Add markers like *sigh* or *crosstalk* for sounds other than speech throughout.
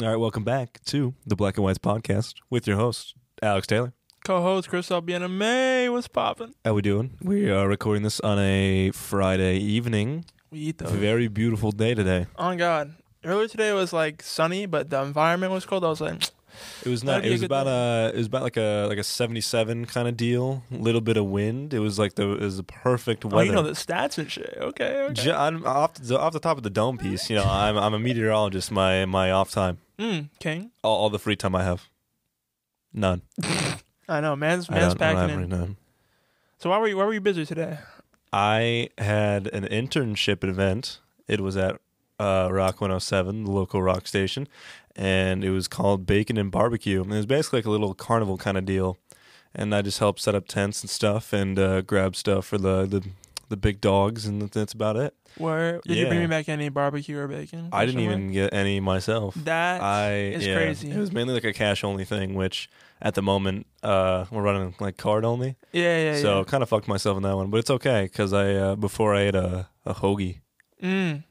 welcome back to the Black and Whites podcast with your host, Alex Taylor. Co-host Chris Albiana May, what's poppin'? How we doing? We are recording this on a Friday evening. We eat those. Very beautiful day today. On Oh, God, earlier today was like sunny, but the environment was cold. I was like, It was not. That'd be It a was good about day. a. It was about like a like a seventy-seven kind of deal. Little bit of wind. It was like the it was the perfect weather. oh, you know the stats and shit. Okay, okay. Ju- I'm off the, off the top of the dome piece. You know, I'm I'm a meteorologist. My my off time, mm, King. all, all the free time I have, none. I know, man's I man's don't, I don't packing have any in. none. So why were you why were you busy today? I had an internship event. It was at uh, Rock 107, the local rock station, and it was called Bacon and Barbecue. And it was basically like a little carnival kind of deal. And I just helped set up tents and stuff and uh, grab stuff for the, the, the big dogs, and that's about it. Where did you bring Yeah. me back any barbecue or bacon? I didn't personally? even get any myself. That I is yeah, crazy. It was mainly like a cash only thing, which at the moment uh, we're running like card only. yeah, yeah, so kind of fucked myself in that one, but it's okay because I uh, before I ate a, a hoagie. yeah. Mm.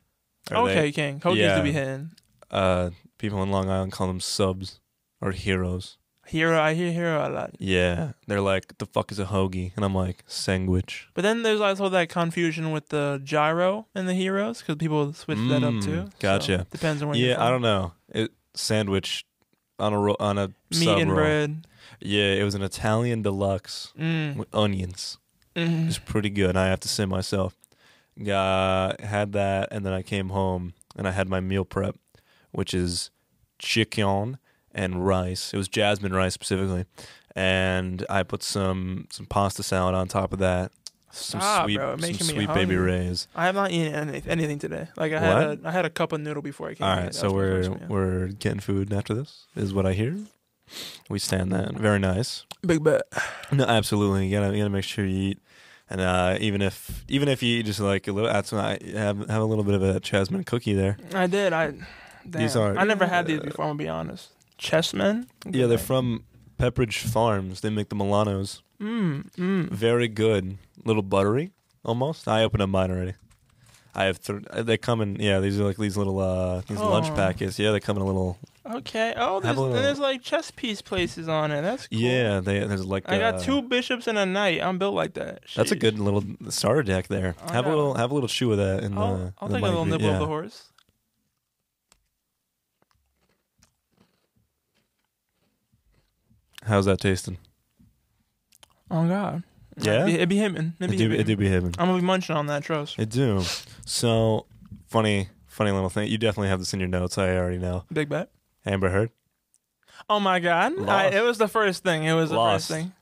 Or they- Okay, King. Hoagies Yeah. to be hitting. uh, people in Long Island call them subs or heroes. Hero, I hear hero a lot. Yeah, they're like, the fuck is a hoagie? And I'm like, sandwich. But then there's also that confusion with the gyro and the heroes because people switch that up Mm, too. So, gotcha. depends on where you're yeah, from. I don't know. It sandwich on a ro- on a Meat sub and roll. bread. Yeah, it was an Italian deluxe Mm. with onions. It's Mm. pretty good. I have to say myself, uh, had that, and then I came home and I had my meal prep, which is chicken and rice. It was jasmine rice specifically, and I put some some pasta salad on top of that. Some Stop, sweet, bro. some Making me sweet baby hungry. rays. I have not eaten any, anything today. Like I had a, I had a cup of noodle before I came. All here. right, That so was my we're first meal. we're getting food after this, is what I hear. We stand that very nice. big bet. No, absolutely. You gotta you gotta make sure you eat, and uh, even if even if you eat just like a little, that's when I have have a little bit of a jasmine cookie there. I did. I damn. These are- I never had these uh, before. I'm gonna be honest. Chessmen. Yeah, they're from Pepperidge Farms. They make the Milanos. Mm, mm. Very good. Little buttery, almost. I opened up mine already. I have thr uh, They come in. Yeah, these are like these little uh these lunch Oh. packets. Yeah, they come in a little. Okay. Oh, Have a there's, little- and there's like chess piece places on it. That's cool. Yeah, they there's like. I got uh, two bishops and a knight. I'm built like that. That's a Sheesh. good little starter deck there. Oh, I have a got little it. have a little chew of that in the. I'll, I'll in uh, the take a little micro- nibble yeah. of the horse. How's that tasting? Oh God. Yeah? It be, it be him. It It be do, him. it do be heaven. I'm gonna be munching on that. Trust. It do. So funny, funny little thing. You definitely have this in your notes. I already know. Big bet. Amber Heard. Oh my God! I, Lost. it was the first thing. It was the Lost. first thing.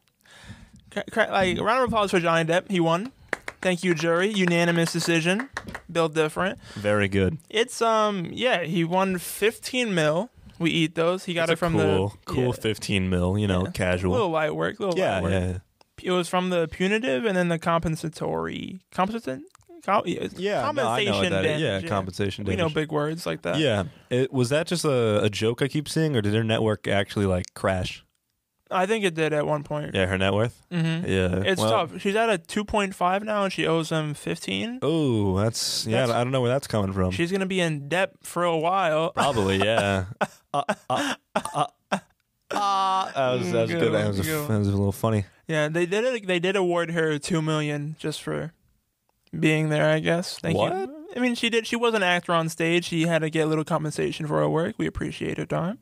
Cra- cra- like round of applause for Johnny Depp. He won. Thank you, jury. Unanimous decision. Bill different. Very good. It's um yeah. He won 15 mil. We eat those. He got That's it from a cool, the cool yeah, 15 mil, you know, Yeah. casual. little light work. Little Yeah, light work. yeah. It was from the punitive and then the compensatory compensation. Com- yeah, it's Yeah, no, I know compensation. what that is. damage, yeah, compensation. We know damage. big words like that. yeah. It, was that just a, a joke I keep seeing, or did her network actually like crash? I think it did at one point. Yeah, her net worth. *laughs* hmm Yeah, It's well, tough. She's at a 2.5 now, and she owes him 15. Oh, that's yeah. That's- I don't know where that's coming *laughs* from. She's gonna be in debt for a while. Probably, yeah. *laughs* uh, uh, uh, uh, that was that was Mm, Good good. That one, was, a, good one. that was a little funny. Yeah, they did. It, they did award her two million just for being there. I guess. Thank What? you. I mean, she did. She was an actor on stage. She had to get a little compensation for her work. We appreciate her time,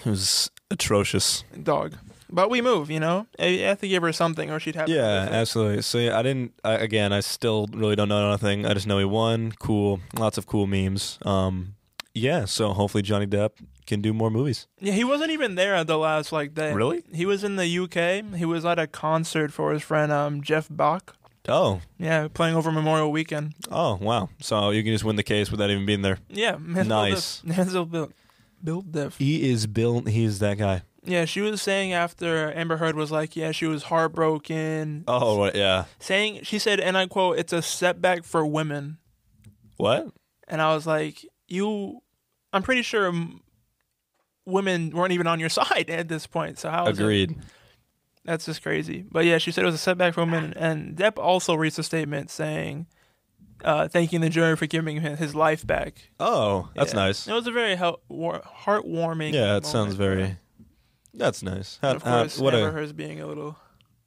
It was atrocious. dog. But we move. You know, I, I have to give her something, or she'd have. Yeah, To absolutely. So yeah, I didn't. I, again, I still really don't know nothing. I just know he won. Cool, lots of cool memes. Um, yeah. So hopefully Johnny Depp can do more movies. yeah, he wasn't even there at the last like day. Really? He was in the UK. He was at a concert for his friend um, Jeff Bach. Oh, Yeah, playing over Memorial Weekend. oh, wow. So you can just win the case without even being there. Yeah, Nice. Hansel Bill, Bill Diff. He is Bill. He is that guy. Yeah, she was saying after Amber Heard was like, yeah, she was heartbroken. Oh, what- yeah. Saying, she said, and I quote, it's a setback for women. What? And I was like, you, I'm pretty sure m- women weren't even on your *laughs* side at this point. So how is it- Agreed. That's just crazy. But yeah, she said it was a setback for women. And Depp also released a statement saying, uh, thanking the jury for giving him his life back. Oh, that's Yeah. nice. It was a very hel- war- heartwarming. Yeah, that moment. sounds very. That's nice. How, And of how- course, what a Amberhurst being a little.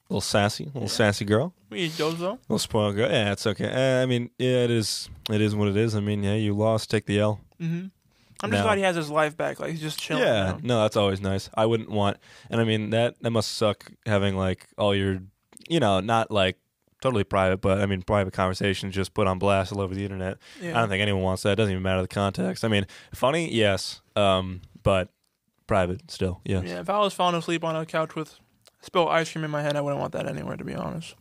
little sassy, little sassy girl, We dozo. little spoiled girl. Yeah, it's okay. Uh, I mean, yeah, it is. It is what it is. I mean, yeah, you lost. Take the L. Mm-hmm. I'm just No. glad he has his life back. Like he's just chilling. Yeah, now. no, that's always nice. I wouldn't want, and I mean that that must suck having like all your, you know, not like totally private, but I mean private conversations just put on blast all over the internet. yeah. I don't think anyone wants that. It doesn't even matter the context. I mean, funny, yes, um, but private still, yes. Yeah, if I was falling asleep on a couch with spilled ice cream in my hand, I wouldn't want that anywhere, to be honest.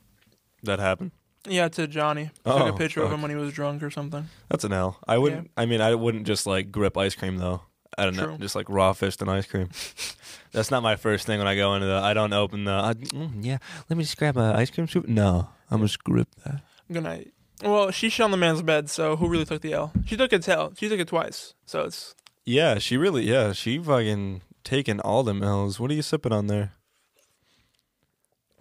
That happened. Yeah, to Johnny. I took Oh, a picture of fuck. him when he was drunk or something. That's an L. I wouldn't. I mean, I wouldn't just like grip ice cream though. I don't know, True. just like raw fist and ice cream. *laughs* That's not my first thing when I go into the. I don't open the. I, mm, yeah, let me just grab a ice cream scoop. No, I'm just grip that. Good night. Well, she shit on the man's bed, so who really took the L? She took it tell. She took it twice. So it's Yeah, she really. Yeah, she fucking taking all them L's. What are you sipping on there?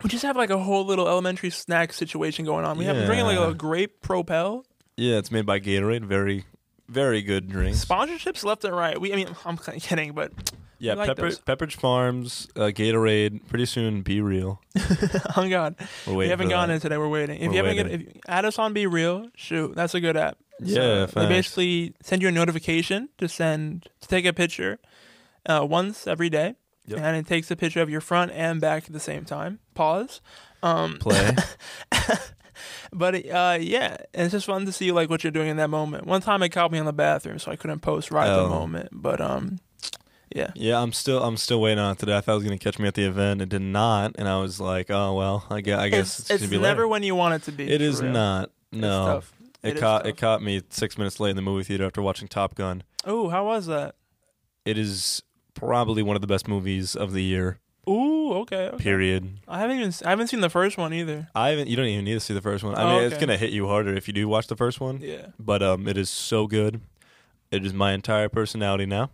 we just have like a whole little elementary snack situation going on. We have we're drinking like Yeah. a grape propel. Yeah, it's made by Gatorade. Very, very good drink. Sponsorships left and right. We I mean I'm kinda kidding, but *laughs* yeah, I like Pepper, those. Pepperidge Farms, uh, Gatorade. Pretty soon, Be Real. oh god. We're We waiting haven't for gotten that. it today. We're waiting. If We're you haven't, waiting. Get, if you, add us on Be Real. Shoot, that's a good app. Yeah, they facts. basically send you a notification to send to take a picture uh, once every day, Yep. and it takes a picture of your front and back at the same time. Pause. Um, *laughs* Play. but uh, yeah, and it's just fun to see like what you're doing in that moment. One time it caught me in the bathroom, so I couldn't post right at Oh. the moment. But um, yeah, yeah, I'm still, I'm still waiting on it today. I thought it was gonna catch me at the event. It did not, and I was like, oh well, I guess, I guess it's, it's, it's, gonna be never later. when you want it to be. It for is real. not. It's No, tough. it, is caught, tough. it caught me six minutes late in the movie theater after watching Top Gun. Ooh, how was that? It is probably one of the best movies of the year. Ooh, okay. okay. Period. I haven't even s- I haven't seen the first one either. I haven't. You don't even need to see the first one. I Oh, mean, it's okay. gonna hit you harder if you do watch the first one. Yeah. But um, it is so good. It is my entire personality *laughs* now.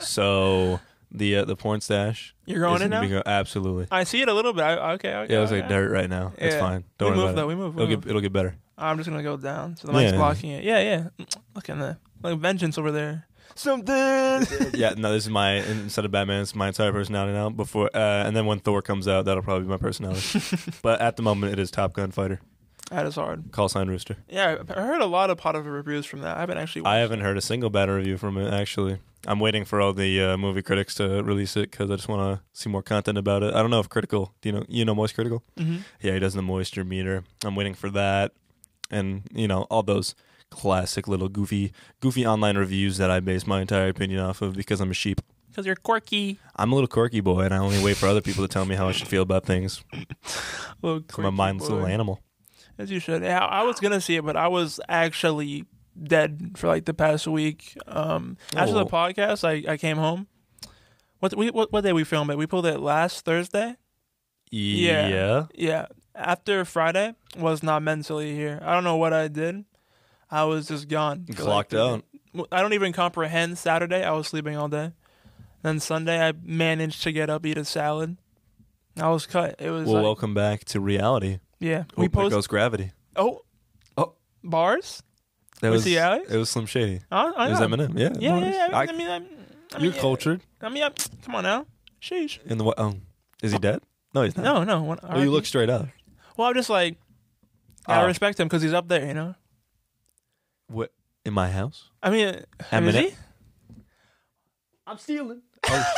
so the uh, the porn stash. You're going is in now? gonna be go- absolutely. I see it a little bit. I, okay, okay. Yeah, it was like okay. dirt right now. It's Yeah. fine. Don't worry we move about though. it. We move. We It'll move. get it'll get better. I'm just gonna go down. So the mic's Yeah. blocking it. Yeah, yeah. Look in the like vengeance over there. Something. *laughs* yeah, no, this is my instead of Batman, it's my entire personality now. Before uh, and then when Thor comes out, that'll probably be my *laughs* personality. but at the moment, it is Top Gun fighter. *laughs* that is hard. Call sign Rooster. Yeah, I I heard a lot of positive reviews from that. I haven't actually. I *laughs* watched haven't heard a single bad review from it actually. I'm waiting for all the uh, movie critics to release it because I just want to see more content about it. I don't know if critical. Do you know? You know, moist critical. it. Mhm. Yeah, he does the moisture meter. I'm waiting for that, and you know all those classic little goofy, goofy online reviews that I base my entire opinion off of because I'm a sheep. Cause you're quirky. I'm a little quirky boy, and I only wait for other people to tell me how I should feel about *laughs* things. Little I'm a quirky mindless boy. little animal. As you should. Yeah, I was gonna see it, but I was actually dead for like the past week. Um, after the Oh. podcast, I, I came home. What we what, what day we filmed it? We pulled it last Thursday. Yeah. yeah. Yeah. After Friday, was not mentally here. I don't know what I did. I was just gone. You clocked out. Well, I don't even comprehend Saturday. I was sleeping all day. Then Sunday, I managed to get up, eat a salad. I was cut. It was Well, like, welcome back to reality. yeah. Oh, We there post goes gravity. oh Oh. bars. That Was he Alex? it was Slim Shady. I, I It was know. Eminem. Yeah. Yeah, no, it yeah, is. yeah. I, I- mean, I mean, I'm- I mean, You're yeah. cultured I mean, I'm, come on now. Sheesh. in the what? Oh, is he dead? No, he's not. No, no. When, Well, Oh, you look straight up. Well, I'm just like, I Oh. respect him because he's up there, you know. What? In my house? I mean, Eminem? is he? Oh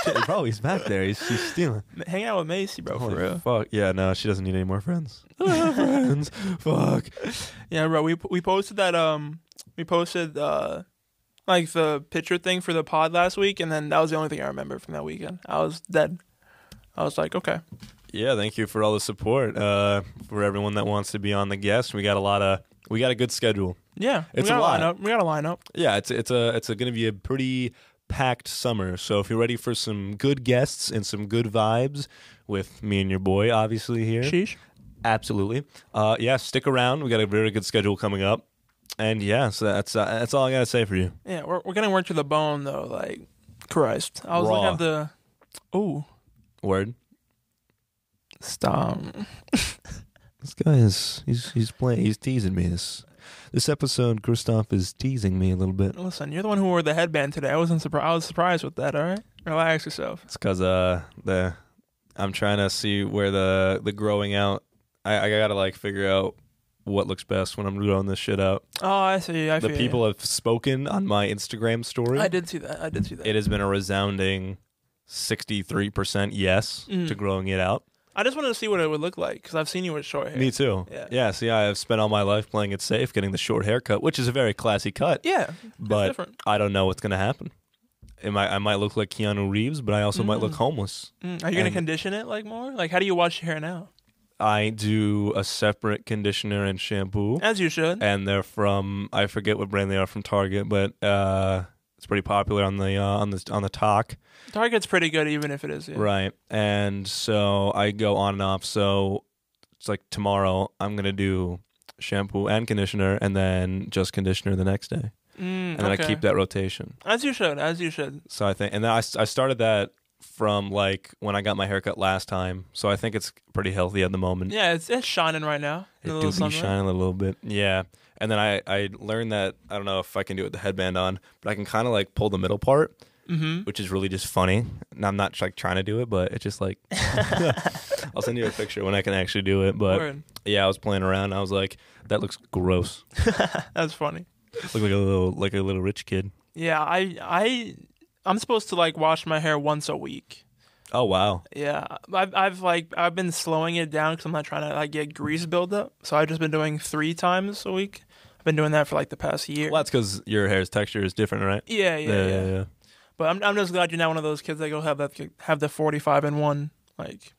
shit! Bro, he's back there. He's she's stealing. Hang out with Macy, bro, Holy for real. Fuck. Yeah. No, she doesn't need any more friends. *laughs* friends. Fuck. Yeah, bro. We we posted that um we posted uh like the picture thing for the pod last week, and then that was the only thing I remember from that weekend. I was dead. I was like, okay, Yeah. Thank you for all the support. Uh, for everyone that wants to be on the guest, we got a lot of. We got a good schedule. yeah, It's we a lot. got lineup. We got a lineup. Yeah, it's it's a it's a, gonna be a pretty packed summer. So if you're ready for some good guests and some good vibes with me and your boy, obviously here, Sheesh. absolutely. Uh, yeah, stick around. We got a very good schedule coming up. And yeah, so that's uh, that's all I gotta say for you. Yeah, we're we're getting worked to the bone though. Like, Christ, I was Raw. looking at the. Oh, Word. stop. This guy is he's he's playing he's teasing me. This This episode, Christoph is teasing me a little bit. Listen, you're the one who wore the headband today. I wasn't surprised. I was surprised with that. All right, relax yourself. It's because uh, the I'm trying to see where the the growing out. I, I gotta like figure out what looks best when I'm growing this shit out. Oh, I see. I the feel you. people have spoken on my Instagram story. I did see that. I did see that. It has been a resounding 63% yes Mm. to growing it out. I just wanted to see what it would look like because I've seen you with short hair. Me too. Yeah. yeah. See, I've spent all my life playing it safe, getting the short haircut, which is a very classy cut. Yeah, but different. I don't know what's gonna happen. It might, I might look like Keanu Reeves, but I also might look homeless. Mm, are you gonna And- condition it like more? Like, how do you wash your hair now? I do a separate conditioner and shampoo, As you should. and they're from I forget what brand they are from Target, but uh, it's pretty popular on the uh, on the on the talk, Target's pretty good, even if it is. Yeah. right? And so I go on and off. So it's like tomorrow I'm gonna do shampoo and conditioner, and then just conditioner the next day, Mm, and then okay. I keep that rotation. As you should. As you should. So I think, and then I, I started that from like when I got my haircut last time. So I think it's pretty healthy at the moment. Yeah, it's it's shining right now. It in the do little be sunlight. shining a little bit. Yeah. And then I, I learned that, I don't know if I can do it with the headband on, but I can kind of like pull the middle part, Mm-hmm. which is really just funny. And I'm not like trying to do it, but it's just *laughs* like, *laughs* I'll send you a picture when I can actually do it. But Word. yeah, I was playing around. I was like, that looks gross. That's funny. Look like a little, like a little rich kid. Yeah, I I I'm supposed to like wash my hair once a week. Oh, wow. Yeah, I've I've like I've been slowing it down because I'm not trying to like get grease buildup. So I've just been doing three times a week. I've been doing that for like the past year. Well, that's because your hair's texture is different, right? Yeah, Er yeah, yeah, yeah. But I'm I'm just glad you're not one of those kids that go have that have the 45 in one like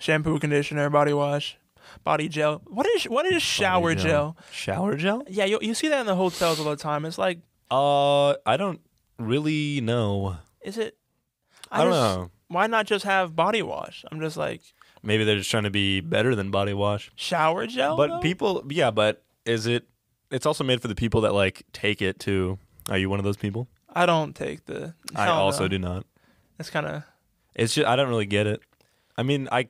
shampoo, conditioner, body wash, body gel. What is what is shower gel. gel? Shower gel? Yeah, you you see that in the hotels all the time. It's like, Uh, I don't really know. is it? I, don't just- know. Why not just have body wash? I'm just like Maybe they're just trying to be better than body wash. shower gel. but though? people, yeah, but is it? It's also made for the people that like take it too. Are you one of those people? I don't take the. I hell also no. do not. It's kind of It's just I don't really get it. I mean, I,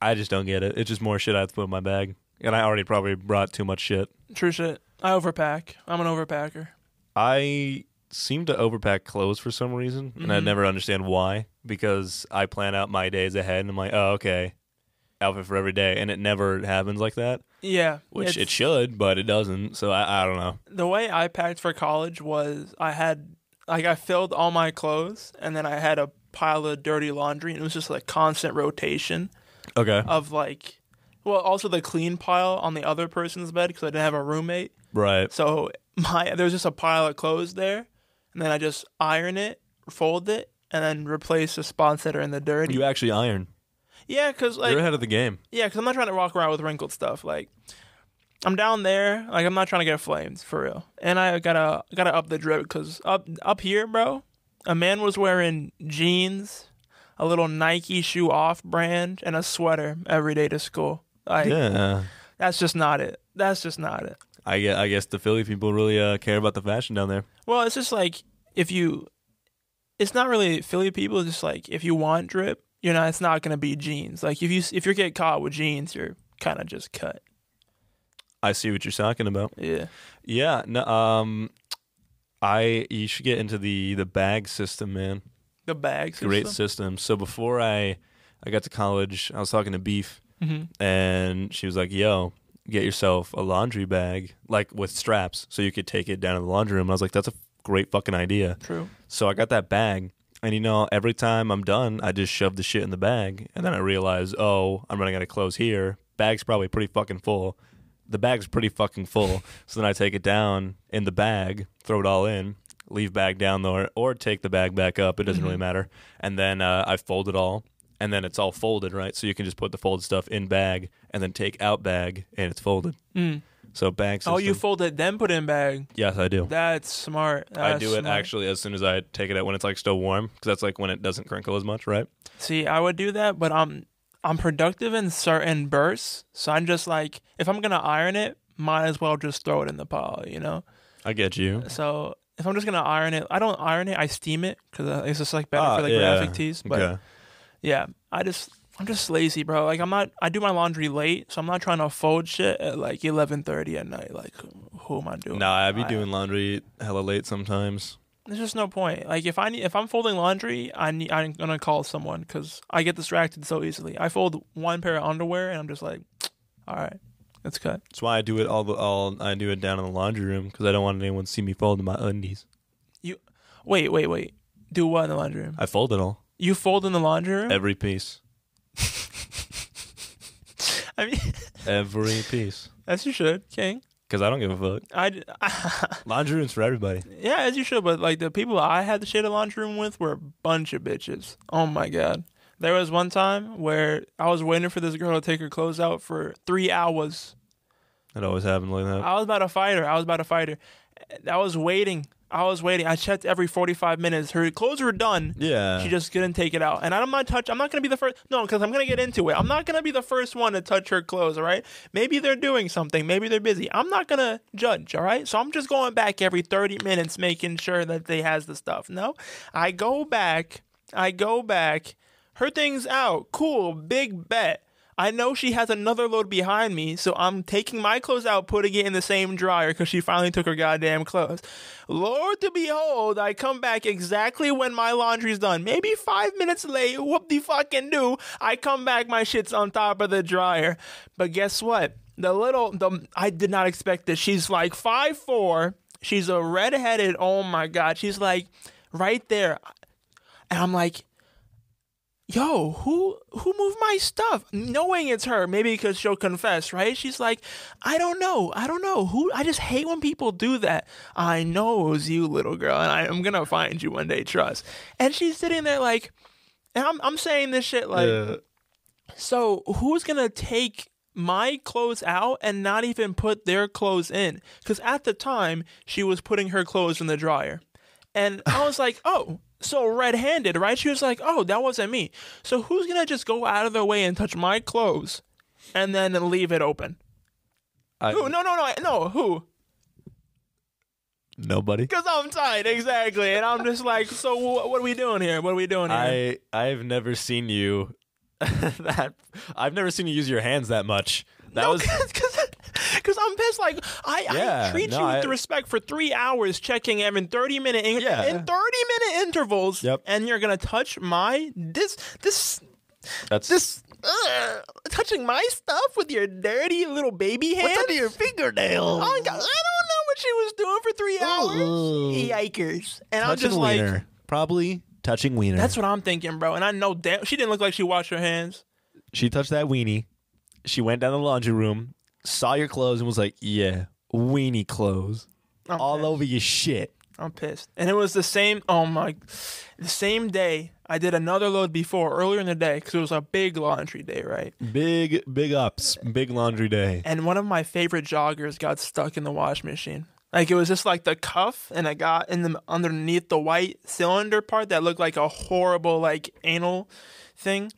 I just don't get it. It's just more shit I have to put in my bag, and I already probably brought too much shit. true shit. I overpack. I'm an overpacker. I seem to overpack clothes for some reason, and I Mhm. never understand why. Because I plan out my days ahead, and I'm like, oh, okay, outfit for every day, and it never happens like that. Yeah, Which it's- it should, but it doesn't. So I, I don't know. the way I packed for college was I had like I filled all my clothes and then I had a pile of dirty laundry and it was just like constant rotation Okay, of like well also the clean pile on the other person's bed because I didn't have a roommate right. so *laughs* my there was just a pile of clothes there and then I just iron it fold it and then replace the spots that are in the dirty You actually iron. yeah because like You're ahead of the game. yeah, because I'm not trying to walk around with wrinkled stuff. Like, I'm down there. Like, I'm not trying to get flamed for real. And I gotta gotta up the drip because up up here, bro, a man was wearing jeans, a little Nike shoe off brand, and a sweater every day to school. Like, Yeah. that's just not it. That's just not it. I guess, I guess the Philly people really uh, care about the fashion down there. Well, it's just like if you, it's not really Philly people. It's just like if you want drip, you know, it's not gonna be jeans. Like if you if you get caught with jeans, you're kind of just cut. I see what you're talking about. Yeah. Yeah. No, um, I you should get into the the bag system, man. The bags. Great system. So before I I got to college, I was talking to Beef, hmm and she was like, "Yo." Get yourself a laundry bag, like with straps, so you could take it down to the laundry room. And I was like, "That's a great fucking idea." True. So I got that bag, and you know, every time I'm done, I just shove the shit in the bag, and then I realize, oh, I'm running out of clothes here. Bag's probably pretty fucking full. The bag's pretty fucking full. *laughs* so then I take it down in the bag, throw it all in, leave bag down there, or take the bag back up. It doesn't Mm-hmm. really matter. And then uh, I fold it all, and then it's all folded, right? So you can just put the folded stuff in bag, and then take out bag, and it's folded. Mm. So bag system. Oh, you fold it then put it in bag. yes, I do. That's smart. I That's do it smart. actually as soon as I take it out when it's like still warm because that's like when it doesn't crinkle as much, right? See, I would do that, but I'm I'm productive in certain bursts, so I'm just like, if I'm gonna iron it, might as well just throw it in the pile, you know. I get you. So if I'm just gonna iron it, I don't iron it. I steam it because it's uh, just like better Ah, for like yeah. graphic tees. But yeah, I just I'm just lazy, bro. Like I'm not. I do my laundry late, so I'm not trying to fold shit at like 11:30 at night. Like, who am I doing? Nah, I be I- doing laundry hella late sometimes. There's just no point. Like if I need, if I'm folding laundry, I need, I'm gonna call someone because I get distracted so easily. I fold one pair of underwear and I'm just like, all right, let's cut. That's why I do it all. The, all I do it down in the laundry room because I don't want anyone to see me folding my undies. Wait, wait, wait. Do what in the laundry room? I fold it *laughs* all, You fold in the laundry room? every piece, *laughs* I mean, *laughs* every piece. as you should, King. Because I don't give a fuck. I, d- *laughs* Laundry room's for everybody. yeah, as you should. But like the people I had to share the laundry room with were a bunch of bitches. Oh my god. There was one time where I was waiting for this girl to take her clothes out for three hours. It always happens like that. I was about to fight her. I was about to fight her. I was waiting. I was waiting. I checked every 45 minutes. Her clothes were done. yeah. She just couldn't take it out. And I'm not touch. I'm not gonna be the first. No, because I'm gonna get into it. I'm not gonna be the first one to touch her clothes. All right. Maybe they're doing something. Maybe they're busy. I'm not gonna judge. All right. So I'm just going back every 30 minutes, making sure that they has the stuff. No, I go back. I go back. Her thing's out. Cool. Big bet. I know she has another load behind me, so I'm taking my clothes out, putting it in the same dryer because she finally took her goddamn clothes. Lord to behold, I come back exactly when my laundry's done. Maybe five minutes late, whoop the fucking do. I come back, my shit's on top of the dryer. But guess what? The little, the I did not expect this. She's like five four. She's a redheaded. Oh my god, she's like right there, and I'm like yo who who moved my stuff knowing it's her maybe because she'll confess right she's like i don't know i don't know who i just hate when people do that i know it was you little girl and I, i'm gonna find you one day trust and she's sitting there like and i'm, I'm saying this shit like Yeah. so who's gonna take my clothes out and not even put their clothes in? Because at the time she was putting her clothes in the dryer, and I was like, oh. So red-handed, right? She was like, "Oh, that wasn't me." So who's gonna just go out of their way and touch my clothes, and then leave it open? I- Who? No, no, no, no. Who? nobody. Because I'm tired, exactly. And I'm just like, so wh- what are we doing here? What are we doing here? I I've never seen you *laughs* that I've never seen you use your hands that much. That was because I'm pissed. Like I, I Yeah, treat no, you with I- respect for three hours, checking them in thirty minute in, Yeah. in thirty minute intervals. Yep. And you're gonna touch my this this that's this ugh, touching my stuff with your dirty little baby hand. your fingernail. Oh, God, I don't know what she was doing for three Ooh. hours. Yikers! And I'm touching just like, wiener. Probably touching wiener. that's what I'm thinking, bro. And I know damn, she didn't look like she washed her hands. she touched that weenie. She went down the laundry room, saw your clothes, and was like, "Yeah, weenie clothes, I'm all pissed. over your shit." I'm pissed. And it was the same. Oh my, the same day I did another load before earlier in the day because it was a big laundry day, right? Mm. Big big ups, big laundry day. And one of my favorite joggers got stuck in the wash machine. Like it was just like the cuff, and I got in the underneath the white cylinder part that looked like a horrible like anal thing.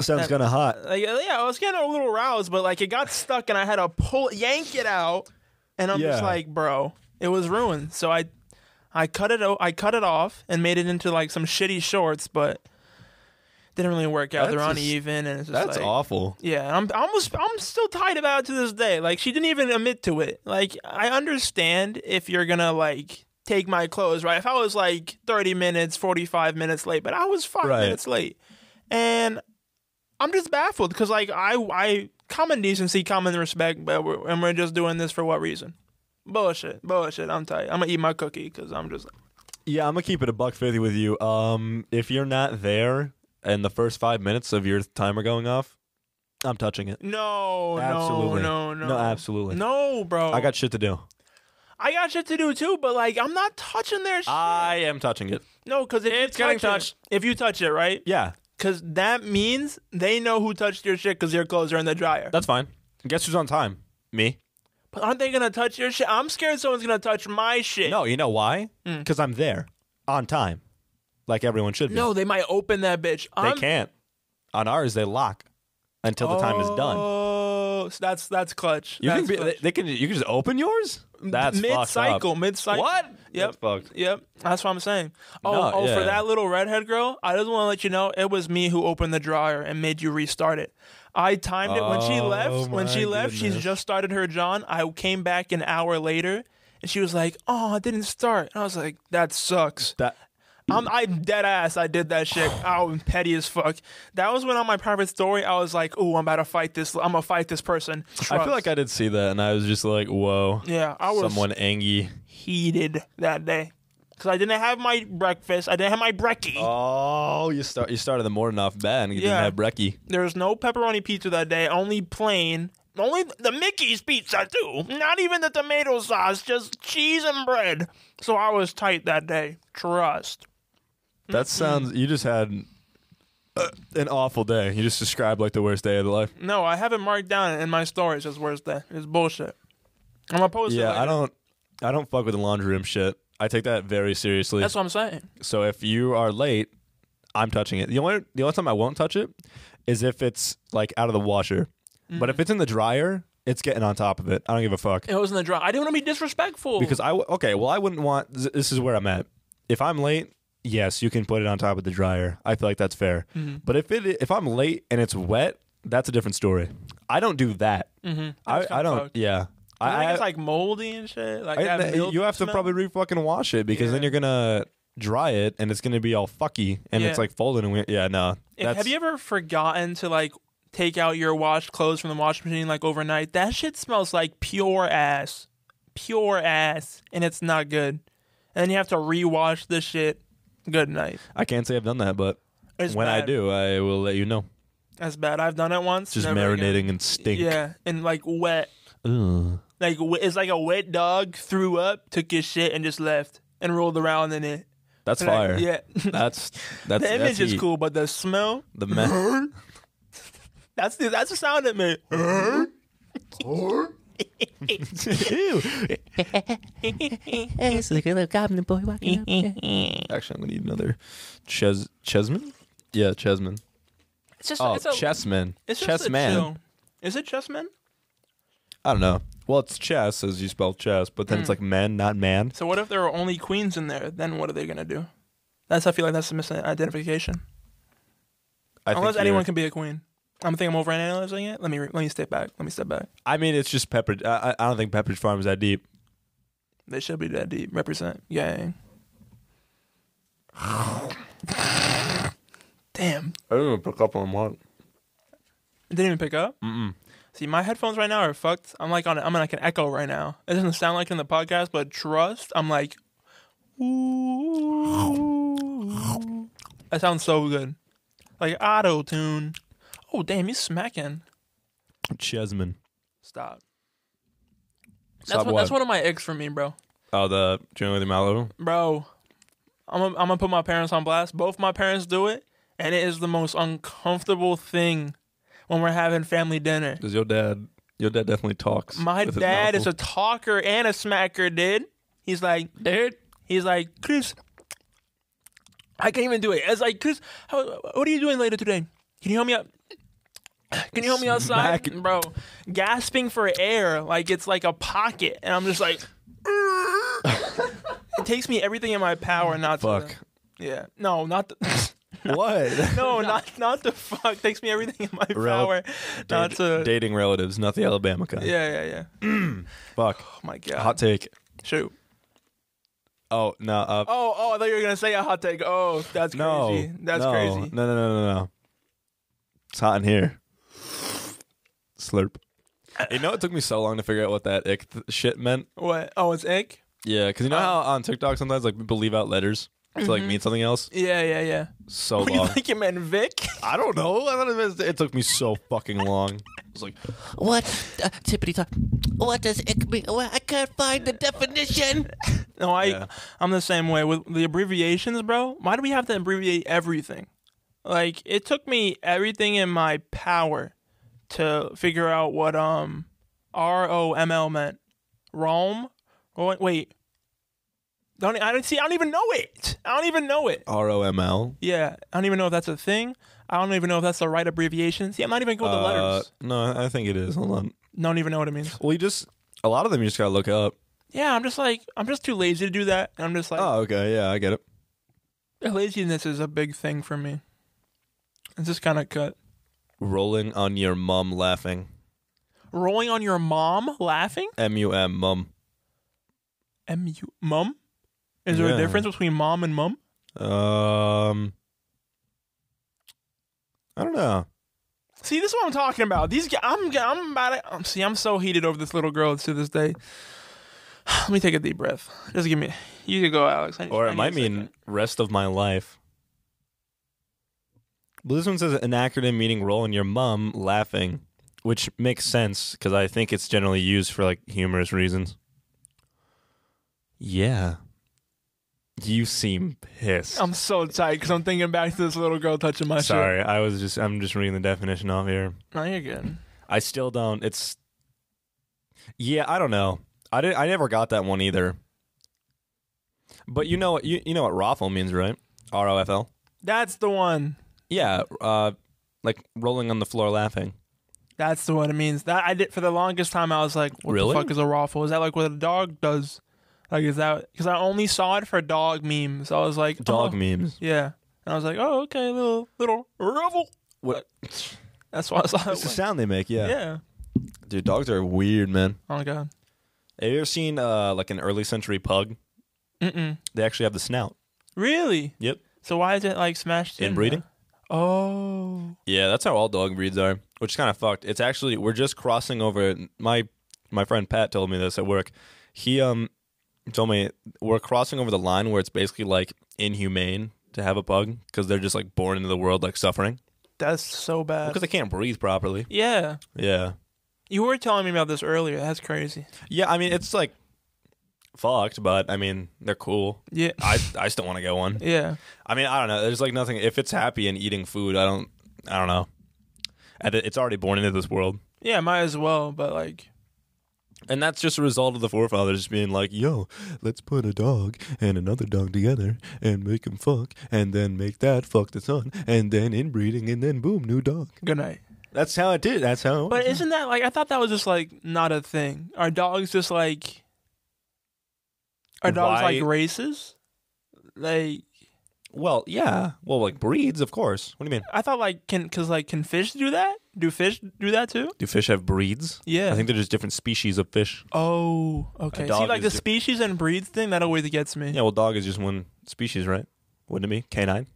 Sounds That- uh, kind of hot. Like yeah, I was getting a little roused, but like it got stuck, and I had to pull yank it out, and I'm just Yeah. like, bro, it was ruined. So I, I cut it, o- I cut it off, and made it into like some shitty shorts, but didn't really work out. They're That's just- uneven, and it's just That's like, awful. yeah, and I'm almost I'm still tied about it to this day. Like she didn't even admit to it. Like I understand if you're gonna like take my clothes, right? If I was like 30 minutes, 45 minutes late, but I was 5 Right. minutes late. And I'm just baffled cuz like I I common decency, common respect, but we're, and we're just doing this for what reason? Bullshit. Bullshit. I'm tight. I'm going to eat my cookie cuz I'm just Yeah, I'm gonna keep it a buck fifty with you. Um, if you're not there in the first five minutes of your timer going off, I'm touching it. no, Absolutely. no, no, no. No, absolutely. No, bro. I got shit to do. I got shit to do too, but like I'm not touching their shit. I am touching it. No, because it's getting touched. If you touch it, right? Yeah, Because that means they know who touched your shit because your clothes are in the dryer. that's fine. Guess who's on time? Me. But aren't they gonna touch your shit? I'm scared someone's gonna touch my shit. No, you know why? Mm. Because I'm there on time, like everyone should be. no, they might open that bitch. they can't. On ours, they lock until the time is done. Oh, so that's that's clutch. You that's can be, clutch. they, they can. You can just open yours. That's fucked up. mid cycle, mid cycle. What? Yep. That's fucked. Yep, that's what I'm saying. Oh, No, oh, for yeah. that little redhead girl, I just want to let you know it was me who opened the dryer and made you restart it. I timed it when she Oh, left. When she my left, she's goodness. just started her John. I came back an hour later, and she was like, "Oh, I didn't start." And I was like, "That sucks." That I'm I'm dead ass. I did *sighs* that shit. Oh, I'm petty as fuck. That was when on my private story I was like, "Ooh, I'm about to fight this. I'm gonna fight this person." I feel like I did see that, and I was just like, "Whoa, yeah, I was someone angry." heated that day because I didn't have my breakfast. I didn't have my brekkie. Oh, you start you started the morning off bad, and you Yeah. didn't have brekkie. There was no pepperoni pizza that day. Only plain. Only the Mickey's pizza too. Not even the tomato sauce. Just cheese and bread. So I was tight that day. Trust. That sounds. You just had uh, an awful day. You just described like the worst day of the life. No, I have it marked down in my stories as worst day. It's bullshit. I'm gonna post it Yeah, later. I don't. I don't fuck with the laundry room shit. I take that very seriously. That's what I'm saying. So if you are late, I'm touching it. The only the only time I won't touch it is if it's like out of the washer. But Mm. if it's in the dryer, it's getting on top of it. I don't give a fuck. It was in the draw. I didn't want to be disrespectful. Because I w- okay, well I wouldn't want th- this is where I'm at. If I'm late, yes, you can put it on top of the dryer. I feel like that's fair. Mm-hmm. But if it if I'm late and it's wet, that's a different story. I don't do that. Mm-hmm. I, I don't. fucked. Yeah. I, think I, it's like moldy and shit. Like I- that th- milk you have to smell. probably re fucking wash it because then Yeah. you're gonna dry it and it's gonna be all fucky and it's Yeah. like folded and we- yeah no. If- That's, have you ever forgotten to like take out your washed clothes from the washing machine like overnight? That shit smells like pure ass, pure ass, and it's not good. And then you have to rewash this shit. Good night. I can't say I've done that, but It's when I bad. do, I will let you know. that's bad. I've done it once. Just never again. marinating and stink. Yeah, and like wet, Ugh. like w- it's like a wet dog threw up, took his shit, and just left and rolled around in it. That's And I- fire. yeah. *laughs* That's that's The image that's is heat. cool, but the smell. The *laughs* mess. That's the that's the sound it made. It's like a little goblin boy walking up. Actually, I'm gonna need another Ches Chesman. Yeah, Chesman. It's just Oh, it's a Chessman. it's just a Chessman. chill. Is it chessman? I don't know. Well, it's chess as you spell chess, but Hmm. then it's like men, not man. So what if there are only queens in there? Then what are they gonna do? That's I feel like that's a misidentification. I think Unless you're- anyone can be a queen. I'm think I'm overanalyzing it. Let me re- let me step back. Let me step back. I mean, it's just Pepperidge. I, I I don't think Pepperidge Farm is that deep. They should be that deep. Represent *sighs* gang. Damn. I didn't even pick up on one. It didn't even pick up. Mm-mm. See, my headphones right now are fucked. I'm like on. I'm on like an echo right now. It doesn't sound like it in the podcast, but trust. I'm like, ooh, that sounds so good. Like auto tune. Oh damn, you smacking. Chesman. Stop. That's Stop one, what? that's one of my eggs for me, bro. Oh, the joint with the Malibu. Bro, I'm gonna, I'm gonna put my parents on blast. Both my parents do it, and it is the most uncomfortable thing when we're having family dinner. Does your dad? Your dad definitely talks. My with his dad mouth is a talker and a smacker, dude. He's like, dude. He's like, Chris, I can't even do it. It's like, Chris, how, what are you doing later today? Can you help me out? Can you help me outside, Smack. bro? Gasping for air, like it's like a pocket, and I'm just like, it takes me everything in my power not full. to. Yeah, no, not the. What? *laughs* No, not not the fuck. Takes me everything in my Rel- power not to. dating relatives, not the Alabama kind. Yeah, yeah, yeah. Fuck. Oh my god. Hot take. Shoot. Oh no. Uh, Oh, oh, I thought you were gonna say a hot take. Oh, that's no. crazy. That's no, crazy. No, no, no, no, no. It's hot in here. Slurp. You know, it took me so long to figure out what that ick th- shit meant. Uh, What? Oh, it's egg. Yeah, because you know how on TikTok sometimes like people leave out letters to like mean something else. Yeah, yeah, yeah. *laughs* *laughs* So What do you long. think it meant, Vic? *laughs* I don't know. I don't know. It took me so fucking long. It's like What? Uh, tippity top. What does it mean? Well, I can't find the definition. No, I, Yeah. I'm the same way with the abbreviations, bro. Why do we have to abbreviate everything? Like, it took me everything in my power to figure out what um R O M L meant. Rome. Oh, wait. Don't e, I don't see. I don't even know it. I don't even know it. R O M L. Yeah, I don't even know if that's a thing. I don't even know if that's the right abbreviation. See, I'm not even Oh, good with Uh, the letters. No, I think it is. Hold on. Don't even know what it means. Well, you just a lot of them you just gotta look up. yeah, I'm just like I'm just too lazy to do that. And I'm just like Oh, okay. Yeah, I get it. laziness is a big thing for me. It's just kind of cut. Rolling on your mum laughing. Rolling on your mom laughing? M U M, mum. M U mum? Is there Yeah. a difference between mom and mum? Um, I don't know. See, this is what I'm talking about. These guys, I'm, I'm about it. Um, see, I'm so heated over this little girl to this day. *sighs* Let me take a deep breath. Just give me. You can go, Alex. I need- Or I it need might a mean second. rest of my life. Well, this one says an acronym meaning roll in your mum laughing, which makes sense because I think it's generally used for like humorous reasons. Yeah. You seem pissed. I'm so tight because I'm thinking back to this little girl touching my shirt. Sorry, I was just I'm just reading the definition off here. No, you're good. I still don't. It's yeah, I don't know. I did. I never got that one either. But you know what? You you know what raffle means, right? R O F L. That's the one. Yeah, uh, like rolling on the floor laughing. That's the one it means. That I did for the longest time. I was like, "What Really? the fuck is a raffle? Is that like what a dog does? Like, is that because I only saw it for dog memes? I was like, Dog oh, memes. yeah." And I was like, "Oh, okay, little little raffle." What? That's why I saw It's the it. sound they make. Yeah. Yeah. Dude, dogs are weird, man. Oh my god. Have you ever seen uh like an early century pug? Mm-mm. They actually have the snout. Really? Yep. So why is it like smashed in? Inbreeding. Oh. Yeah, that's how all dog breeds are, which is kind of fucked. It's actually we're just crossing over. My my friend Pat told me this at work. He um told me we're crossing over the line where it's basically like inhumane to have a pug because they're just like born into the world like suffering That's so bad. because they can't breathe properly. yeah. Yeah, You were telling me about this earlier. That's crazy. yeah. I mean, it's like fucked, but I mean they're cool. Yeah. I I still want to get one. yeah. I mean, I don't know. There's like nothing. If it's happy and eating food, I don't. I don't know. And it- It's already born into this world. Yeah, might as well, but like And that's just a result of the forefathers being like, yo, let's put a dog and another dog together and make them fuck and then make that fuck the son and then inbreeding and then boom, new dog. good night. That's how it did. That's how it But was. isn't that like I thought that was just like not a thing. Are dogs just like are dogs Why- like races? Like Well, yeah. Well, like breeds, of course. What do you mean? I thought like can cuz like can fish do that? Do fish do that too? Do fish have breeds? Yeah. I think they're just different species of fish. oh, okay. See dog like the is ju- species and breeds thing that always gets me. Yeah, well, dog is just one species, right? Wouldn't it be? Canine.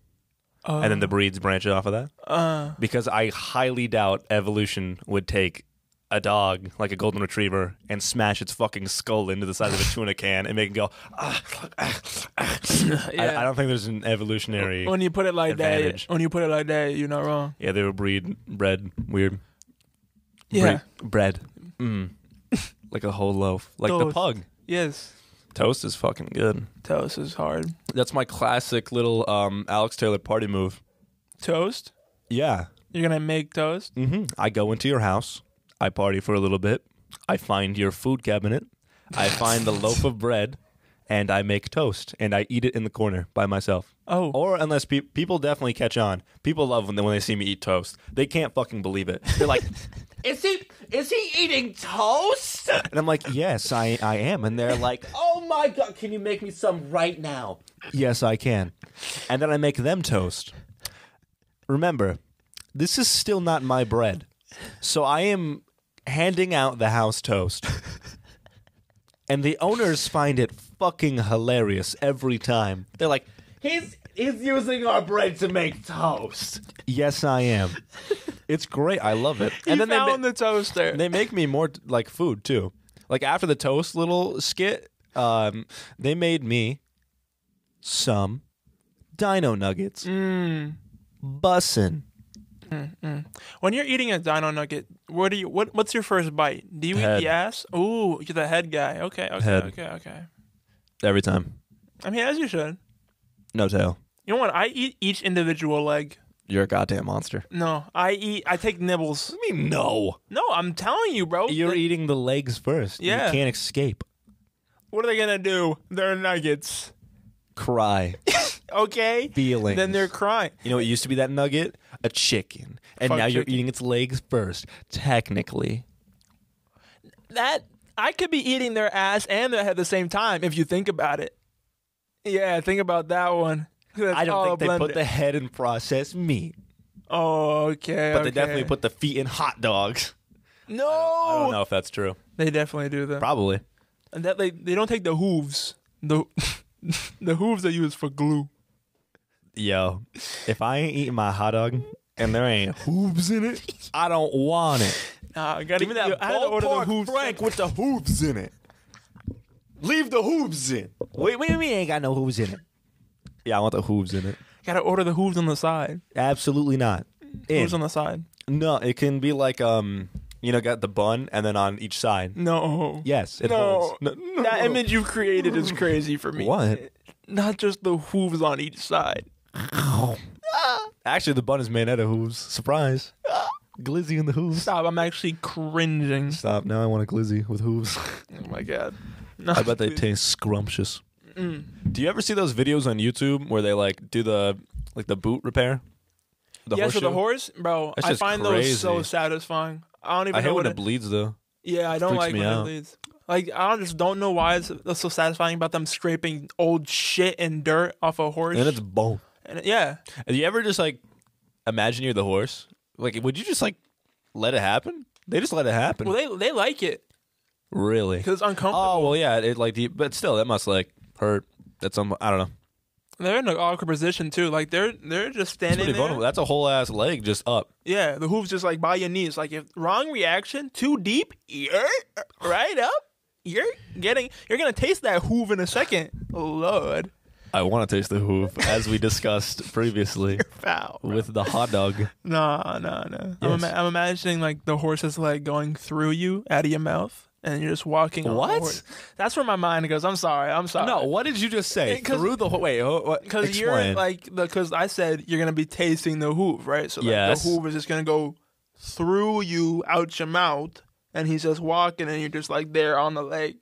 Oh. and then the breeds branch off of that. uh *clears throat* Because I highly doubt evolution would take a dog like a golden retriever and smash its fucking skull into the *laughs* size of a tuna can and make it go. "Ah, ah, ah." I, I don't think there's an evolutionary. when you put it like advantage. that, when you put it like that, you're not wrong. Yeah, they were breed bred weird. Yeah. Bre- bread. Mm. *laughs* like a whole loaf, like the Toast. pug. Yes. Toast is fucking good. Toast is hard. That's my classic little um, Alex Taylor party move. Toast? Yeah, You're gonna make toast? hmm I go into your house. I party for a little bit. I find your food cabinet. I find the loaf of bread, and I make toast, and I eat it in the corner by myself. Oh. Or unless pe- people definitely catch on. People love when they, when they see me eat toast. They can't fucking believe it. They're like, Is he is he eating toast? and I'm like, yes, I I am, and they're like, Oh my god, can you make me some right now? yes, I can, and then I make them toast. Remember, this is still not my bread, so I am handing out the house toast. And the owners find it fucking hilarious every time. They're like, He's he's using our bread to make toast. "Yes, I am." It's great. I love it. And you then they ma- found the toaster. they make me more like food too. Like after the toast little skit, um, they made me some dino nuggets. Bussin. when you're eating a dino nugget, what do you what what's your first bite? Do you Head. eat the ass? Ooh, you're the head guy. Okay, okay, Head. okay, okay. Every time. I mean as you should. No tail. You know what? I eat each individual leg. You're a goddamn monster. No, I eat I take nibbles. I mean, no. No, I'm telling you, bro. You're eating the legs first. Yeah. You can't escape. e- what are they gonna do? They're nuggets. Cry. Okay? Feelings. Then they're crying. You know what used to be that nugget? A chicken. And Fuck now you're chicken. eating its legs first, technically. That I could be eating their ass and their head at the same time if you think about it. Yeah, think about that one. I don't Oh, think they put the that. head in processed meat, Oh, okay. Oh. but they definitely put the feet in hot dogs. No, I don't know if that's true. they definitely do that. Probably. And that they they don't take the hooves. The *laughs* the hooves are used for glue. Yo, if I ain't eating my hot dog and there ain't hooves in it, I don't want it. Nah, I gotta Give me that yo, I had to order the ballpark hooves. Frank with the hooves in it. Leave the hooves in. Wait, wait, we ain't got no hooves in it. Yeah, I want the hooves in it. Gotta order the hooves on the side. Absolutely not. In. Hooves on the side. No, it can be like um, you know, got the bun and then on each side. No. Yes, it No. holds. No, no. That image you've created is crazy for me. What? Not just the hooves on each side. Actually, the bun is made out of hooves. Surprise. *gasps* glizzy in the hooves. Stop! I'm actually cringing. Stop. Now I want a glizzy with hooves. *laughs* Oh my god. I *laughs* *laughs* bet they taste scrumptious. Mm. Do you ever see those videos on YouTube where they like do the like the boot repair? The yeah, so the horseshoe? horse, bro. That's I just find crazy. those so satisfying. I don't even I hate know when what it bleeds though. Yeah, I don't freaks like me when out. it bleeds. Like I don't, just don't know why it's that's so satisfying about them scraping old shit and dirt off a horse. And it's bone. And it- yeah, Do you ever just like imagine you're the horse? Like, would you just like let it happen? They just let it happen. well they they like it really? because it's uncomfortable. Oh well, yeah. It like, the, but still, that must like hurt. That's um, I don't know. They're in an awkward position too. Like they're they're just It's standing pretty there. vulnerable. That's a whole ass leg just up. Yeah, the hooves just like by your knees. Like if wrong reaction, too deep, you're right up. You're getting you're gonna taste that hoof in a second. Lord, I want to taste the hoof, as we discussed *laughs* previously foul. bro. with the hot dog. Nah, nah, nah. I'm, Yes. ima- I'm imagining like the horse's leg going through you out of your mouth, and you're just walking. on the What? horse. That's where my mind goes. I'm sorry. I'm sorry. No, what did you just say? 'Cause- Through the ho- wait, ho- what? because you're Explain. like because I said you're gonna be tasting the hoof, right? So like, Yes. the hoof is just gonna go through you out your mouth, and he's just walking, and you're just like there on the leg,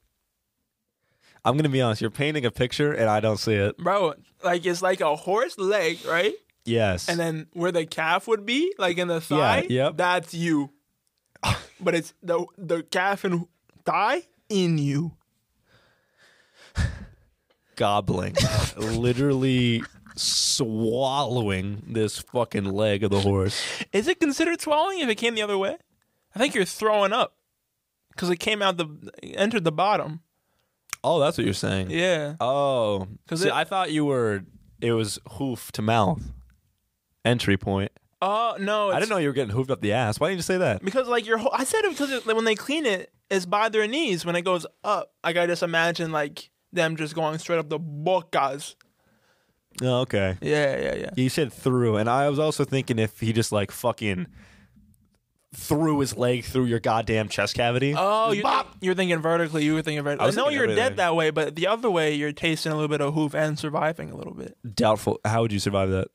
I'm gonna be honest. You're painting a picture, and I don't see it. bro. Like it's like a horse leg, right? Yes, And then where the calf would be, like in the thigh, yep. that's you. but it's the the calf and thigh in you. *laughs* gobbling, literally swallowing this fucking leg of the horse. Is it considered swallowing if it came the other way? I think you're throwing up because it came out the entered the bottom. Oh, that's what you're saying. Yeah. Oh, 'Cause because it- I thought you were. It was hoof to mouth entry point. Oh no! I it's- didn't know you were getting hoofed up the ass. Why didn't you say that? because like your whole. I said it because it, like, when they clean it, it's by their knees when it goes up. Like I just imagine like them just going straight up the bocas. Oh, okay. Yeah, yeah, yeah. You said through, and I was also thinking if he just like fucking threw his leg through your goddamn chest cavity. Oh, you're, think- you're thinking vertically. You were thinking vertically. I, was know thinking you're everything. dead that way, but the other way, you're tasting a little bit of hoof and surviving a little bit. Doubtful. How would you survive that?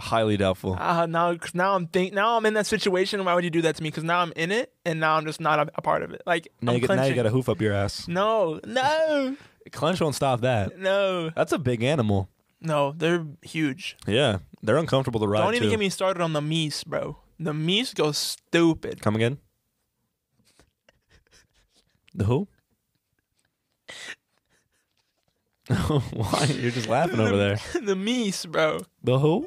Highly doubtful. Ah, now, cause now I'm think. Now I'm in that situation. Why would you do that to me? Because now I'm in it, and now I'm just not a, a part of it. Like now, I'm you, get- now you clenching. got a hoof up your ass. no, no, Clench won't stop that. no, That's a big animal. no. They're huge. Yeah, they're uncomfortable to ride. Don't even too. get me started on the meese, bro. The meese go stupid. *laughs* Come again. The who? *laughs* Why you're just laughing over there? the meese, bro. The who?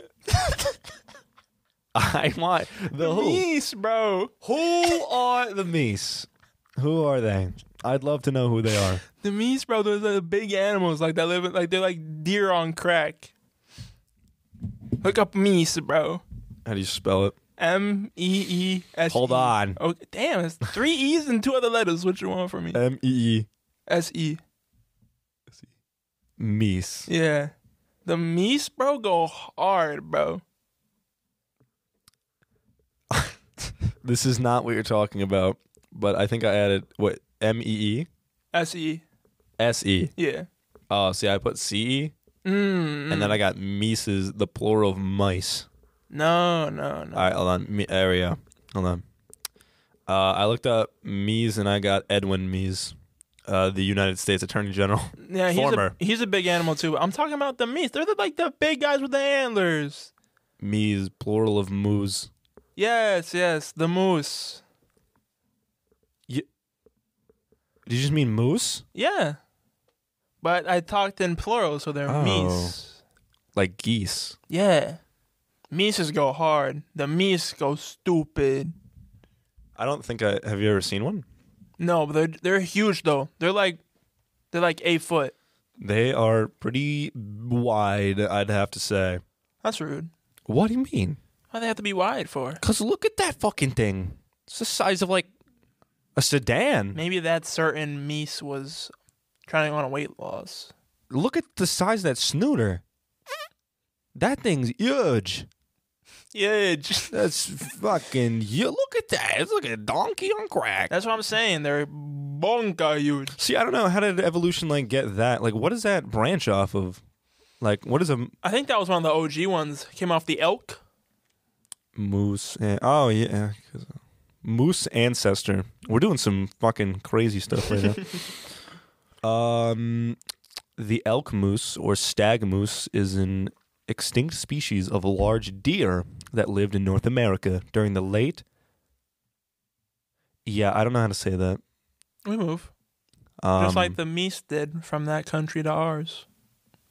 *laughs* I want the who. Meese, bro. Who are the meese? Who are they? I'd love to know who they are. The meese, bro. Those are the big animals, like that live, in- like they're like deer on crack. Look up meese, bro. How do you spell it? M E E S. Hold on. Oh, damn! It's three E's and two other letters. What you want from me? M E E S E. meese. Yeah. The meese, bro, go hard, bro. *laughs* This is not what you're talking about, but I think I added what M E E S E. S E. Yeah. Oh, see, I put C E, Mm. and then I got mises, the plural of mice. No, no, no. All right, hold on. Me, there we go. Hold on. Uh, I looked up Mees and I got Edwin Mees, uh, the United States Attorney General. *laughs* yeah, he's former. A, he's a big animal too. I'm talking about the meese. They're the, like the big guys with the antlers. Mees, plural of moose. Yes, yes. The moose. Did you just mean moose? Yeah. But I talked in plural, so they're Oh. meese. Like geese. Yeah. Mises go hard. The meese go stupid. I don't think I have you ever seen one? No, but they're they're huge though. They're like they're like eight foot. They are pretty wide, I'd have to say. That's rude. What do you mean? Why they have to be wide for? Cause look at that fucking thing. It's the size of like a sedan. Maybe that certain meese was trying on a weight loss. Look at the size of that snooter. That thing's huge. Yeah. *laughs* That's fucking you. Look at that. It's like a donkey on crack. That's what I'm saying. They're bonka huge. See, I don't know how did evolution like get that? Like, what does that branch off of? Like, what is a m- I think that was one of the OG ones. Came off the elk. moose? And, oh yeah, 'cause- moose ancestor. We're doing some fucking crazy stuff right *laughs* now. um, the elk moose or stag moose is an extinct species of a large deer that lived in North America during the late. Yeah, I don't know how to say that. We move. Um, Just like the meese did from that country to ours.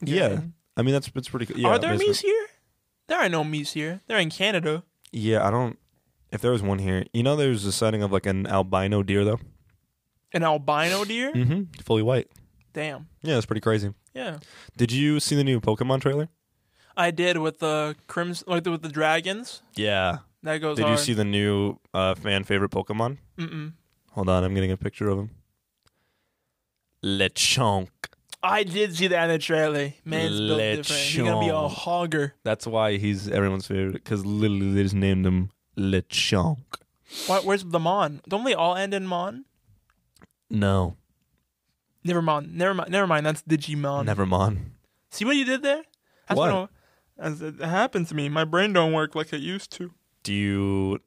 You know yeah. what I mean? I mean that's that's pretty. Cool. Yeah, Are there basically. meese here? There are no meese here. They're in Canada. Yeah, I don't. If there was one here, you know, there was a sighting of like an albino deer though. An albino deer? Mm-hmm. Fully white. Damn. Yeah, that's pretty crazy. Yeah. Did you see the new Pokemon trailer? I did with the crimson, like with the dragons. Yeah. That goes. Did you hard. see the new uh, fan favorite Pokemon? Mm-mm. Hold on, I'm getting a picture of him. Lechonk. I did see that in the trailer. Man's built different. He's gonna be a Lechon. hogger. That's why he's everyone's favorite because literally they just named him Lechonk. Why, where's the mon? Don't they all end in mon? No, Never mind. Never mind. Never mind. That's Digimon. never mind. See what you did there? That's What? I- as it happens to me, my brain don't work like it used to. do you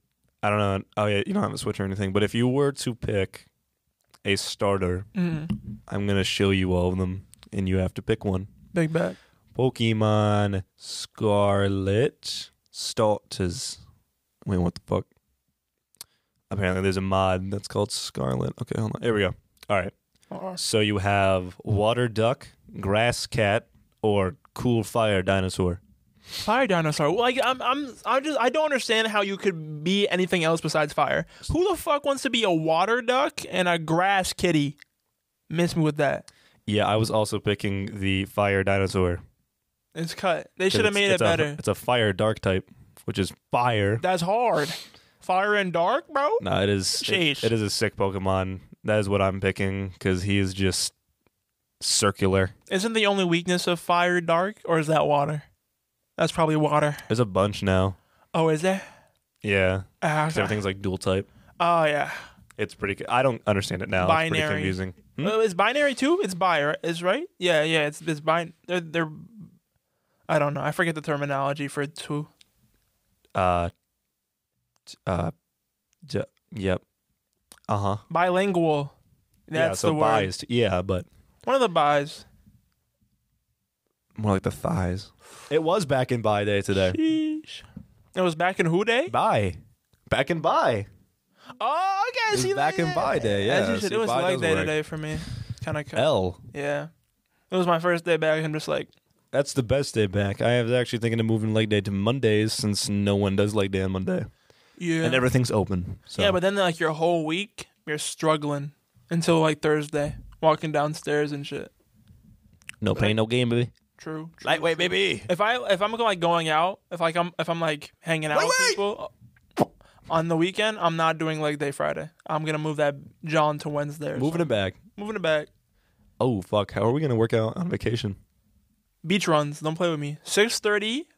I don't know oh yeah, you don't have a switch or anything, but if you were to pick a starter, Mm. I'm gonna show you all of them and you have to pick one. Big bet. Pokemon Scarlet Starters. Wait, what the fuck? Apparently there's a mod that's called Scarlet. Okay, hold on. Here we go. All right. Oh, So you have water duck, grass cat, or cool fire dinosaur. Fire dinosaur. Like I'm, I'm, I just, I don't understand how you could be anything else besides fire. Who the fuck wants to be a water duck and a grass kitty? Miss me with that. Yeah, I was also picking the fire dinosaur. It's cut. They 'Cause should have it's- made it it's a- better. it's a fire dark type, which is fire. That's hard. Fire and dark, bro. no, it is. it- Sheesh. it is a sick Pokemon. That is what I'm picking because he is just circular. Isn't the only weakness of fire dark, or is that water? That's probably water. There's a bunch now. Oh, is there? Yeah, Ah, 'Cause everything's like dual type. oh yeah. It's pretty. co- I don't understand it now. It's pretty Binary. confusing. Hmm? Oh, it's binary too. It's bi, right? Is right? Yeah, yeah. It's it's bi. They're they're. I don't know. I forget the terminology for two. Uh, t- uh, d- yep. Uh huh. Bilingual. That's yeah, so the word. biased. Yeah, but One of the buys. more like the thighs. It was back in by day today. Sheesh. It was back in who day? Bye. Back in by. Oh, okay. It See was back like in that. by day. As Yeah. you should. see, It was bi leg does day work. today for me. Kind of. L. Yeah. It was my first day back. I'm just like, That's the best day back. I was actually thinking of moving leg day to Mondays since no one does leg day on Monday yeah. and everything's open. So. Yeah, but then like your whole week, you're struggling until like Thursday, walking downstairs and shit. no pain, no gain, baby. True. true. Lightweight, baby. if I if I'm like going out, if like I'm if I'm like hanging out with Wait, wait! people uh, on the weekend, I'm not doing leg day Friday. I'm gonna move that John to Wednesday. or Moving it back. something. moving it back. Oh fuck! How are we gonna work out on vacation? Beach runs. Don't play with me. Six thirty,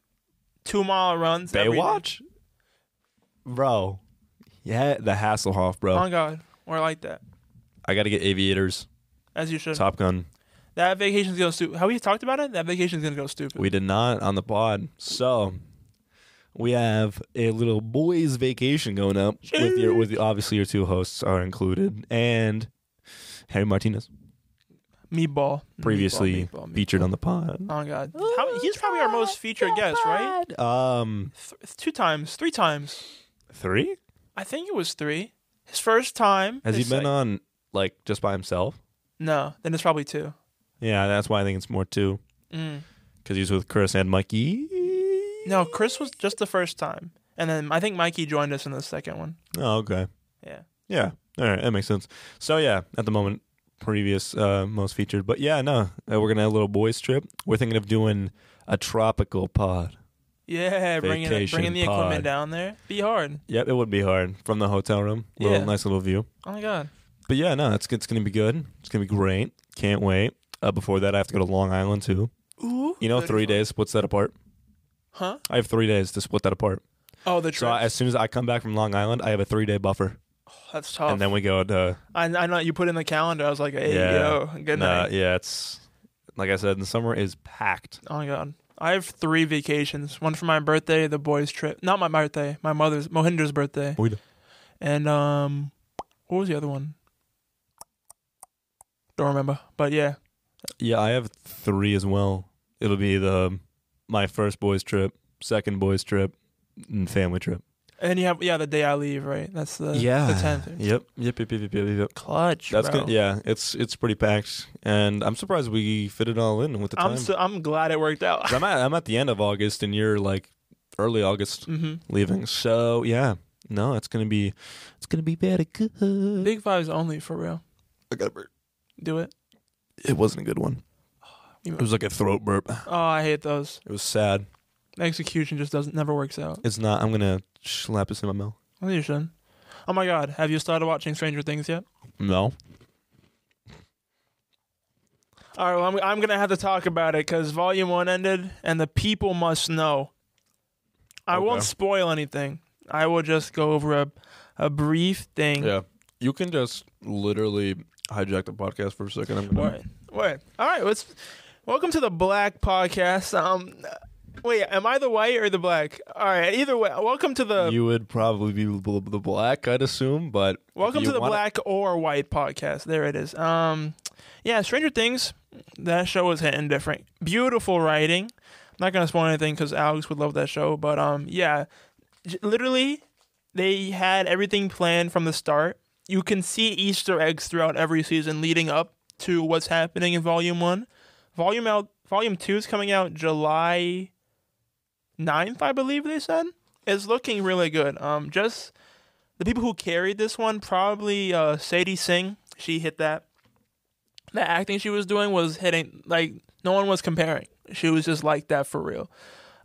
two mile runs. every day. Baywatch, bro. Yeah, the Hasselhoff, Oh bro. God, we're like that I gotta get aviators. as you should. Top Gun. That vacation's gonna stupid. Have we talked about it? That vacation's gonna go stupid. We did not on the pod, so we have a little boys' vacation going up with your with obviously your two hosts are included and Harry Martinez. meatball. previously Meatball, meatball, featured meatball. on the pod. Oh God, How, he's probably our most featured guest, right? Um, Th- two times, three times. three? I think it was three. His first time. Has he his been sec- on like just by himself? No, then it's probably two. Yeah, that's why I think it's more two Mm. because he's with Chris and Mikey. No, Chris was just the first time, and then I think Mikey joined us in the second one. Oh, okay. Yeah. Yeah. All right, that makes sense. So yeah, at the moment, previous uh, most featured, but yeah, no, uh, we're gonna have a little boys trip. We're thinking of doing a tropical pod. Yeah, bringing it, Vacation bringing the equipment pod. down there. Be hard. Yep, it would be hard from the hotel room. Little, Yeah. Nice little view. Oh my god. But yeah, no, it's it's gonna be good. It's gonna be great. Can't wait. Uh, before that, I have to go to Long Island too. Ooh. You know, that'd be three fun. days splits that apart. Huh? I have three days to split that apart. Oh, the trip. So I, as soon as I come back from Long Island, I have a three day buffer, That's tough. and then we go to I, I know you put in the calendar. I was like, hey, Yeah. yo, good Nah, night. yeah, it's like I said, the summer is packed. Oh my god. I have three vacations. One for my birthday, the boys' trip. Not my birthday, my mother's Mohinder's birthday. Mohinder. And um what was the other one? Don't remember. But yeah. Yeah, I have three as well. It'll be the my first boys trip, second boys trip, and family trip. And then you have yeah, the day I leave, right? That's the yeah, the tenth. Yep, yep, yep, yep, yep, yep. yep. Clutch. That's bro. good. Yeah, it's it's pretty packed, and I'm surprised we fit it all in with the time. I'm so, I'm glad it worked out. 'Cause I'm at I'm at the end of August, and you're like early August hmm leaving. So yeah, no, it's gonna be it's gonna be very good. Big vibes only for real. I got a burp. Do it. It wasn't a good one. It was like a throat burp. Oh, I hate those. It was sad. Execution just doesn't never works out. It's not. I'm gonna slap this in my mouth. Well, you should. Oh my God, have you started watching Stranger Things yet? No. All right, well, I'm, I'm gonna have to talk about it because Volume One ended, and the people must know. I won't Okay. spoil anything. I will just go over a, a brief thing. Yeah. You can just literally hijack the podcast for a second. I'm Wait, wait. All right, let's. Welcome to the Black Podcast. Um, wait, am I the white or the black? All right, either way, welcome to the you would probably be bl- bl- the black, I'd assume, but if Welcome you to the wanna- Black or White podcast. There it is. Um, yeah, Stranger Things. That show was hitting different. Beautiful writing. I'm not gonna spoil anything because Alex would love that show. But um, yeah, j- literally, they had everything planned from the start. You can see Easter eggs throughout every season leading up to what's happening in Volume One. Volume out. Volume Two is coming out July 9th, I believe they said. It's looking really good. Um, just the people who carried this one probably uh, Sadie Singh. She hit that. The acting she was doing was hitting like no one was comparing. She was just like that for real.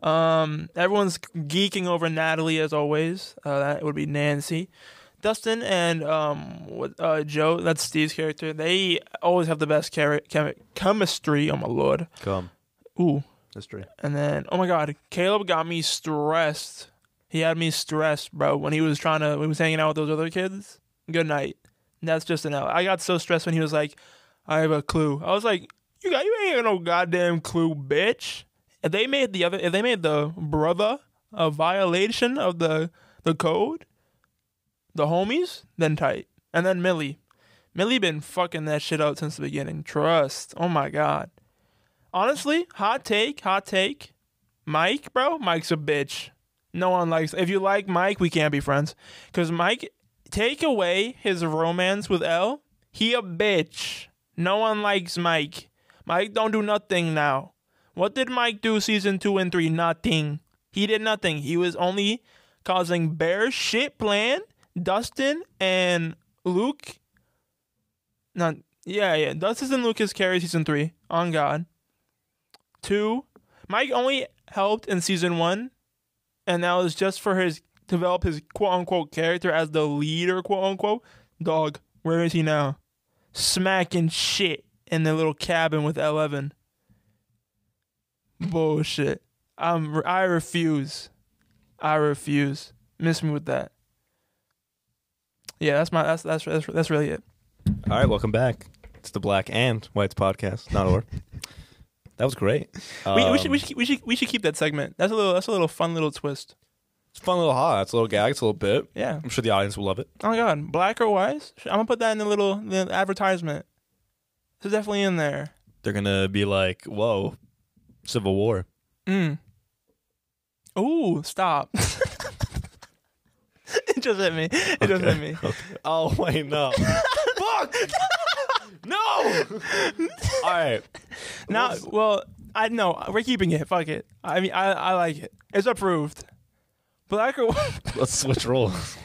Um, everyone's geeking over Natalie as always. Uh, that would be Nancy, Dustin, and um, what- uh, Joe. That's Steve's character. They always have the best chari- chemi- chemistry. Oh my lord. Come. Ooh. History. And then, oh my God, Caleb got me stressed. He had me stressed, bro, when he was trying to, when he was hanging out with those other kids. Good night. And that's just an L. I got so stressed when he was like, I have a clue. I was like, you got, you ain't got no goddamn clue, bitch. If they made the other, if they made the brother a violation of the the code, the homies, then tight. And then Millie. Millie been fucking that shit up since the beginning. Trust. Oh my God. Honestly, hot take, hot take. Mike, bro, Mike's a bitch. No one likes. If you like Mike, we can't be friends. Cause Mike, take away his romance with L, he a bitch. No one likes Mike. Mike don't do nothing now. What did Mike do season two and three? Nothing. He did nothing. He was only causing bear shit. Plan Dustin and Luke. Not yeah yeah. Dustin and Lucas carry season three on God two. Mike only helped in season one, and that was just for his develop his quote unquote character as the leader, quote unquote. Dog, where is he now? Smacking shit in the little cabin with Eleven. Bullshit. I'm I refuse. I refuse. Miss me with that. Yeah, that's my that's that's that's, that's really it. All right, welcome back. It's the Black and Whites podcast, not *laughs* or. that was great. we, we Um, should we should we should we should keep that segment. That's a little that's a little fun little twist. It's a Um, fun little hot. It's a little gag. It's a little bit. Yeah. I'm sure the audience will love it. Oh my god, black or white? Sh- I'm gonna put that in the little the advertisement. It's definitely in there. They're gonna be like, "Whoa, Civil War." Mm. Ooh, *laughs* stop! it *laughs* just hit me. It just hit me. Oh wait, no. Fuck. Fuck! no! All right. Now, well, I know we're keeping it. Fuck it. I mean, I, I like it. It's approved. Black or *laughs* White- *laughs* Let's switch roles.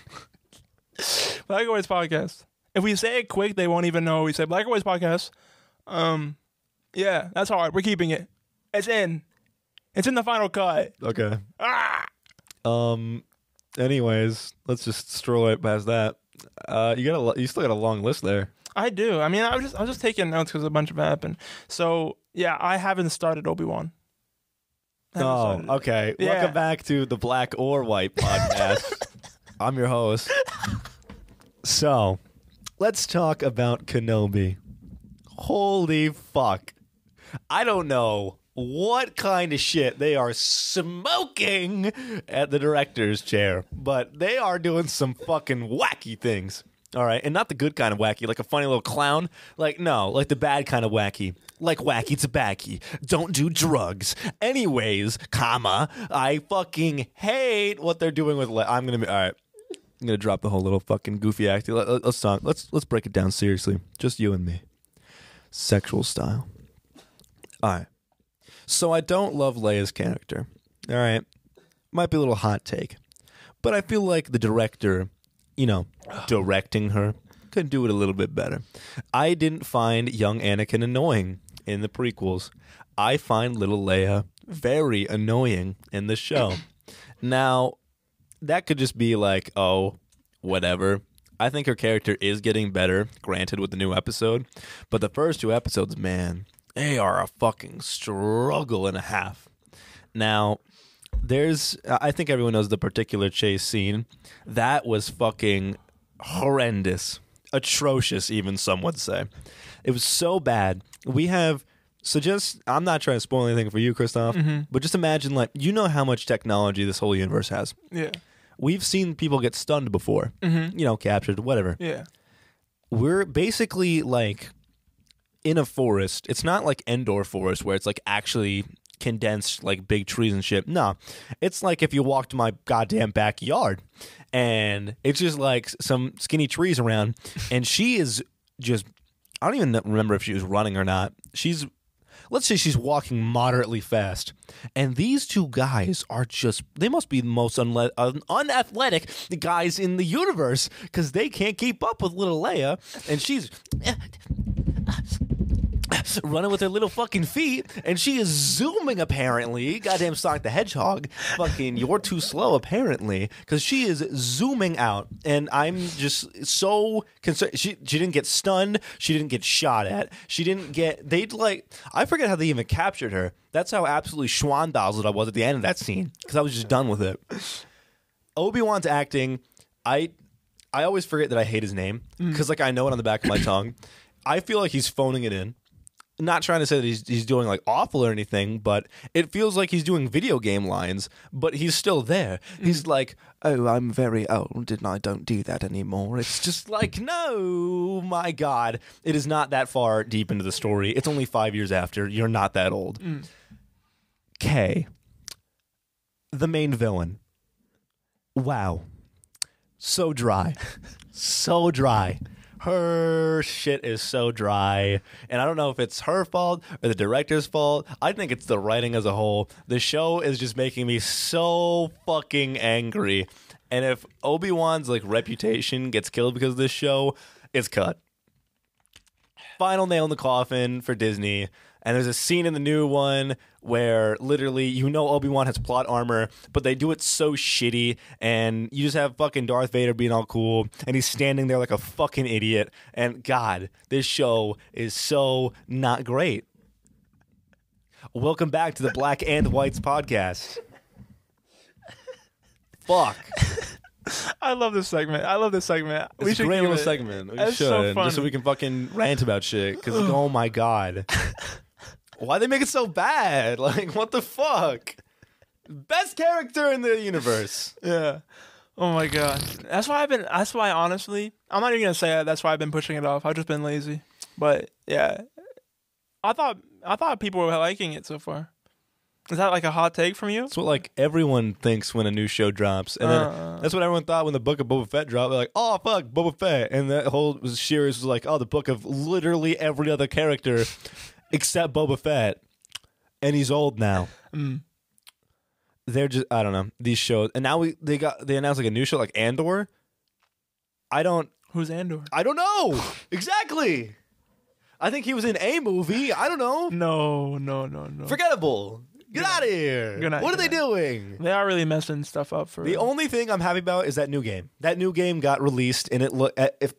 Black or White's podcast. If we say it quick, they won't even know we say Black or White's podcast. Um, yeah, that's hard. We're keeping it. It's in. It's in the final cut. Okay. Ah! Um. Anyways, let's just stroll right past that. Uh, you got a, lo- you still got a long list there. I do. I mean, I was just I was just taking notes because a bunch of it happened. So yeah, I haven't started Obi Wan. Oh, okay. Yeah. Welcome back to the Black or White *laughs* podcast. I'm your host. So, let's talk about Kenobi. Holy fuck. I don't know what kind of shit they are smoking at the director's chair, but they are doing some fucking wacky things. All right, and not the good kind of wacky, like a funny little clown. Like no, like the bad kind of wacky. Like wacky tobacco. Don't do drugs. Anyways, comma. I fucking hate what they're doing with. Le- I'm gonna be all right. I'm gonna drop the whole little fucking goofy acting. Let, let- let's talk. Let's let's break it down seriously. Just you and me. Sexual style. All right. So I don't love Leia's character. All right. Might be a little hot take. But I feel like the director, you know, directing her could do it a little bit better. I didn't find young Anakin annoying in the prequels. I find little Leia very annoying in the show. now, that could just be like, oh, whatever. I think her character is getting better, granted, with the new episode. But the first two episodes, man, they are a fucking struggle and a half. Now, there's, I think everyone knows the particular chase scene. That was fucking horrendous, atrocious, even some would say. It was so bad. We have. So just, I'm not trying to spoil anything for you, Christoph, but just imagine, like, you know how much technology this whole universe has Yeah, we've seen people get stunned before, you know, captured, whatever. yeah, We're basically like in a forest. It's not like Endor Forest where it's like actually condensed, like big trees and shit. No, it's like if you walked my goddamn backyard and it's just like some skinny trees around, and she is just, I don't even remember if she was running or not. She's let's say she's walking moderately fast, and these two guys are just—they must be the most unle- un- unathletic guys in the universe because they can't keep up with little Leia, and she's *laughs* running with her little fucking feet, and she is zooming apparently. Goddamn Sonic the Hedgehog, fucking, you're too slow apparently, because she is zooming out, and I'm just so concerned. She she didn't get stunned, she didn't get shot at, she didn't get. They'd like, I forget how they even captured her. That's how absolutely schwandazzled I was at the end of that scene because I was just done with it. Obi Wan's acting, I I always forget that I hate his name because like I know it on the back of my tongue. I feel like he's phoning it in. Not trying to say that he's he's doing like awful or anything, but it feels like he's doing video game lines. But he's still there. He's like, "Oh, I'm very old, and I don't do that anymore." It's just like, no, my God, it is not that far deep into the story. It's only five years after. You're not that old. K, the main villain. Wow. So dry. so dry. Her shit is so dry. And I don't know if it's her fault or the director's fault. I think it's the writing as a whole. The show is just making me so fucking angry. And if Obi-Wan's like reputation gets killed because of this show, it's cut final nail in the coffin for Disney. And there's a scene in the new one where literally you know Obi Wan has plot armor, but they do it so shitty, and you just have fucking Darth Vader being all cool, and he's standing there like a fucking idiot. And God, this show is so not great. Welcome back to the Black and Whites podcast. Fuck, I love this segment. I love this segment. we it's a should great keep little it. segment. We That's should so funny. just so we can fucking rant about shit. Because oh my *laughs* god, why they make it so bad? *laughs* Like what the fuck? Best character in the universe. Yeah. Oh my god. That's why I've been. That's why honestly, I'm not even gonna say that. That's why I've been pushing it off. I've just been lazy. But yeah, I thought I thought people were liking it so far. Is that like a hot take from you? That's what like everyone thinks when a new show drops, and then Uh. that's what everyone thought when the Book of Boba Fett dropped. They're like, "Oh fuck, Boba Fett," and that whole series was like, "Oh, the book of literally every other character *laughs* except Boba Fett, and he's old now." Mm. They're just I don't know these shows, and now we they got they announced like a new show like Andor. I don't Who's Andor? I don't *sighs* know exactly. I think he was in a movie. I don't know. No, no, no, no. Forgettable. Get out of here. Good night, what are good they night. doing? They are really messing stuff up for The only thing I'm happy about is that new game. That new game got released, and it look if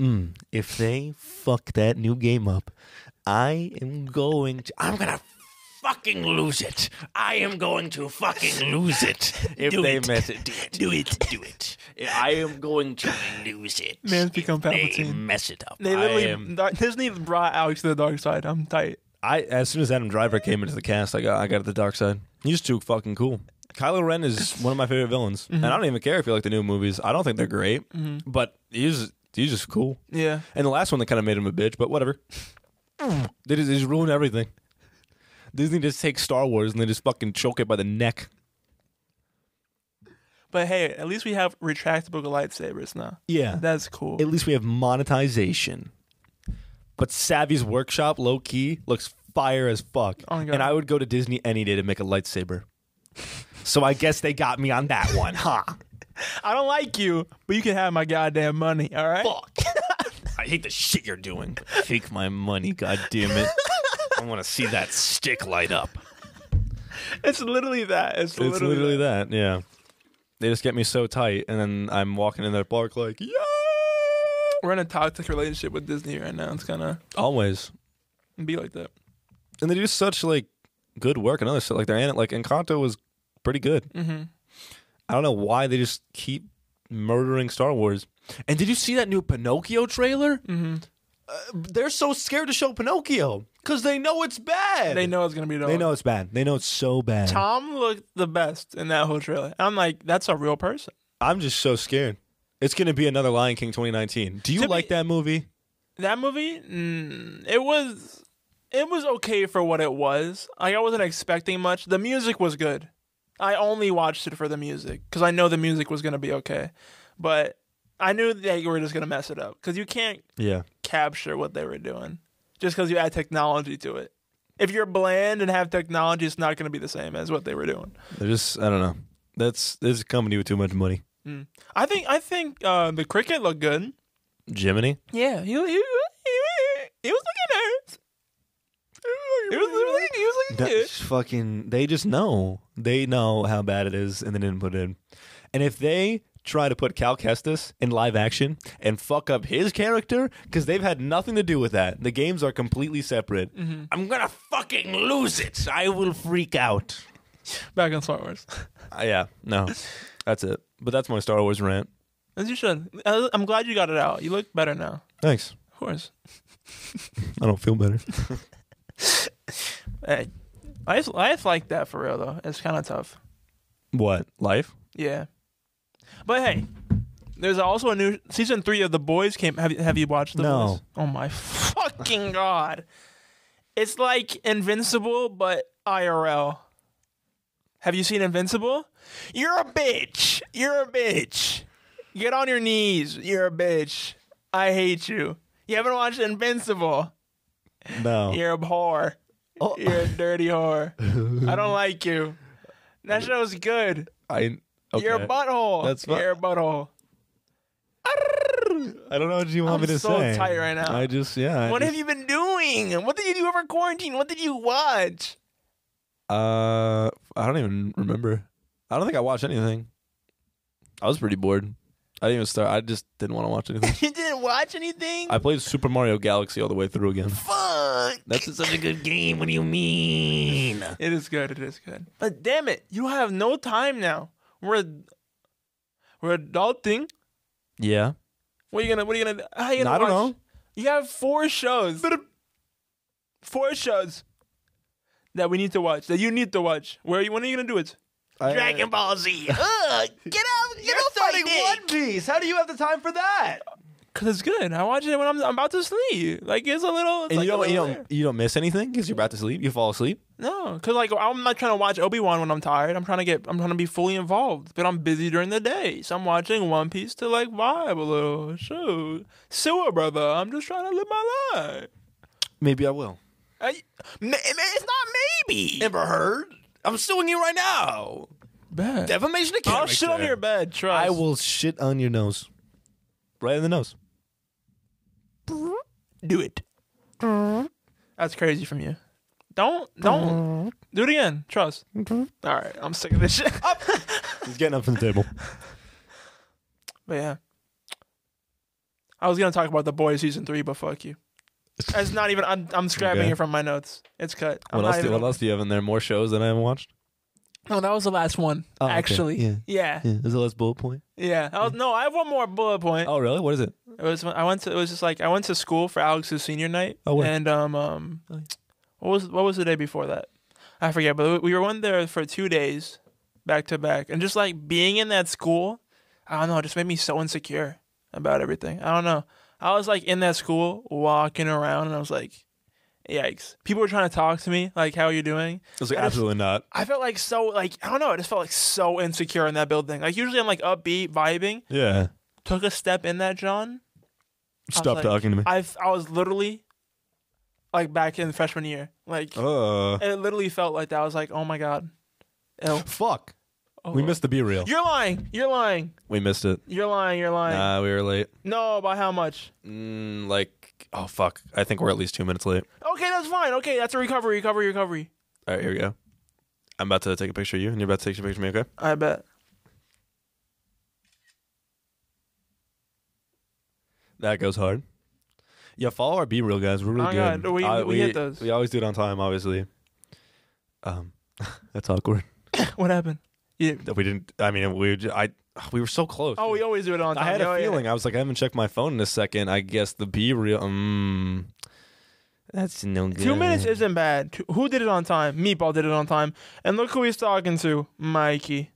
mm, if they fuck that new game up, I am going to I'm gonna Fucking lose it. I am going to fucking lose it. if Do they it. mess it. Do it. Do it. Do it. I am going to lose it. Man's become They Palpatine. mess it up. They I literally am- Dar- Disney brought Alex to the dark side. I'm tight. I as soon as Adam Driver came into the cast, I got I got the dark side. He's too fucking cool. Kylo Ren *laughs* is one of my favorite villains, and I don't even care if you like the new movies. I don't think they're great, but he's he's just cool. Yeah. And the last one that kind of made him a bitch, but whatever. they, just, they just ruin everything. Disney just takes Star Wars and they just fucking choke it by the neck. But hey, at least we have retractable lightsabers now. Yeah. That's cool. At least we have monetization. But Savvy's Workshop, low key, looks fire as fuck. Oh my God. and I would go to Disney any day to make a lightsaber. so I guess they got me on that one, huh? I don't like you, but you can have my goddamn money, all *laughs* right? Fuck. I hate the shit you're doing. but Take my money, god damn *laughs* it. I want to see that stick light up. It's literally that. It's, It's literally, literally, that. yeah. They just get me so tight, and then I'm walking in their park like, yeah. that. We're in a toxic relationship with Disney right now. It's gonna Always. be like that. And they do such like good work and other stuff. Like their an- like Encanto was pretty good. Mm-hmm. I don't know why they just keep murdering Star Wars. And did you see that new Pinocchio trailer? Mm-hmm. Uh, they're so scared to show Pinocchio because they know it's bad. They know it's gonna be dog. They know it's bad. They know it's so bad. Tom looked the best in that whole trailer. I'm like, that's a real person. I'm just so scared. It's gonna be another Lion King 2019. Do you To be- like that movie? That movie, mm, it was, it was okay for what it was. Like I wasn't expecting much. The music was good. I only watched it for the music because I know the music was gonna be okay, but I knew they were just gonna mess it up because you can't Yeah. capture what they were doing just because you add technology to it. If you're bland and have technology, it's not going to be the same as what they were doing. They're just I don't know. That's this is a company with too much money. I think I think uh, the cricket looked good. *laughs* Jiminy. Yeah, he he, he, he was looking nervous. He was, he was looking, he was looking good. That's fucking they just know. They know how bad it is and they didn't put it in. And if they try to put Cal Kestis in live action and fuck up his character, because they've had nothing to do with that. The games are completely separate. I'm gonna fucking lose it. I will freak out. Back on Star Wars, Uh, yeah, no. That's it. But that's my Star Wars rant. as you should. I- I'm glad you got it out. You look better now, Thanks. of course. I don't feel better. Hey, life, life like that for real though. It's kind of tough. what? Life? Yeah, but hey, there's also a new season three of The Boys. Came have you have you watched The No. Boys? Oh my fucking god! It's like Invincible but IRL. Have you seen Invincible? You're a bitch. You're a bitch. Get on your knees. You're a bitch. I hate you. You haven't watched Invincible. *laughs* No. You're a whore. Oh. *laughs* You're a dirty whore. I don't like you. That show's good. I okay. You're a butthole. That's fu- You're a butthole. Arrrr. I don't know what you want I'm me to so say. tight right now. I just yeah. I What just, have you been doing? What did you do over quarantine? What did you watch? *laughs* Uh, I don't even remember. I don't think I watched anything. I was pretty bored. I didn't even start. I just didn't want to watch anything. You didn't watch anything? *laughs* I played Super Mario Galaxy all the way through again. Fuck. That's such a good game. What do you mean? It is good. It is good. But damn it, you have no time now. We're we're adulting. Yeah. What are you gonna? What are you gonna? How you gonna I don't watch? know. You have four shows. Four shows that we need to watch. That you need to watch. Where? Are you, when are you gonna do it? Dragon *laughs* Ball Z. Ugh, Ah, get out. Get off my dick. Piece. How do you have the time for that? Cause it's good. I watch it when I'm, I'm about to sleep. Like it's a little. It's And like you a don't you little don't you don't miss anything because you're about to sleep. You fall asleep. there. No, cause like I'm not trying to watch Obi Wan when I'm tired. I'm trying to get. I'm trying to be fully involved. But I'm busy during the day, so I'm watching One Piece to like vibe a little. Shoot, sewer brother. I'm just trying to live my life. Maybe I will. I, ma- ma- it's not maybe. Amber Heard, I'm suing you right now. Bad. Defamation of I'll shit on your bed. Trust. I will shit on your nose, right in the nose. do it. That's crazy from you. Don't don't do it again. Trust. Mm-hmm. All right, I'm sick of this shit. He's getting up from the *laughs* table. But yeah. I was gonna talk about the boys season three, but fuck you. It's not even. I'm, I'm scrapping Okay. it from my notes. It's cut. *laughs* I'm What not else? Do, even- what else do you have in there? More shows than I haven't watched. No, that was the last one. Oh, okay. actually, Yeah. yeah, yeah. Yeah, is the last bullet point? I was, no, I have one more bullet point. Oh, really? What is it? It was when- I went to. It was just like I went to school for Alex's senior night. Oh, where? and um um, Oh, yeah. what was what was the day before that? I forget, but we were one there for two days, back to back, and just like being in that school, I don't know, it just made me so insecure about everything. I don't know. I was like in that school walking around, and I was like, yikes! People were trying to talk to me, like, how are you doing? It's like I just- absolutely not. I felt like so like I don't know. I just felt like so insecure in that building. Like usually I'm like upbeat, vibing. Yeah. Took a step in that John. Stop like, talking to me. I I was literally like back in freshman year. Like Uh, it literally felt like that. I was like, oh my god. Ew. fuck. Oh. We missed the be real. You're lying. You're lying. We missed it. You're lying. You're lying. Nah, we were late. No, by how much? Mm, like, oh fuck. I think we're at least two minutes late. Okay, that's fine. Okay, that's a recovery, recovery, recovery. All right, here we go. I'm about to take a picture of you, and you're about to take a picture of me. Okay. I bet. *laughs* That goes hard. Yeah, follow our be real guys. We're really Oh, good. God. We- I- we hit those. We always do it on time, obviously. Um, *laughs* that's awkward. What happened? You That we didn't. I mean, we were ju- I we were so close. Oh, we always do it on time. I had Oh, a yeah. feeling. I was like, I haven't checked my phone in a second. I guess the be real. Mm, that's no good. Two minutes isn't bad. Two, who did it on time? Meatball did it on time. And look who he's talking to, Mikey.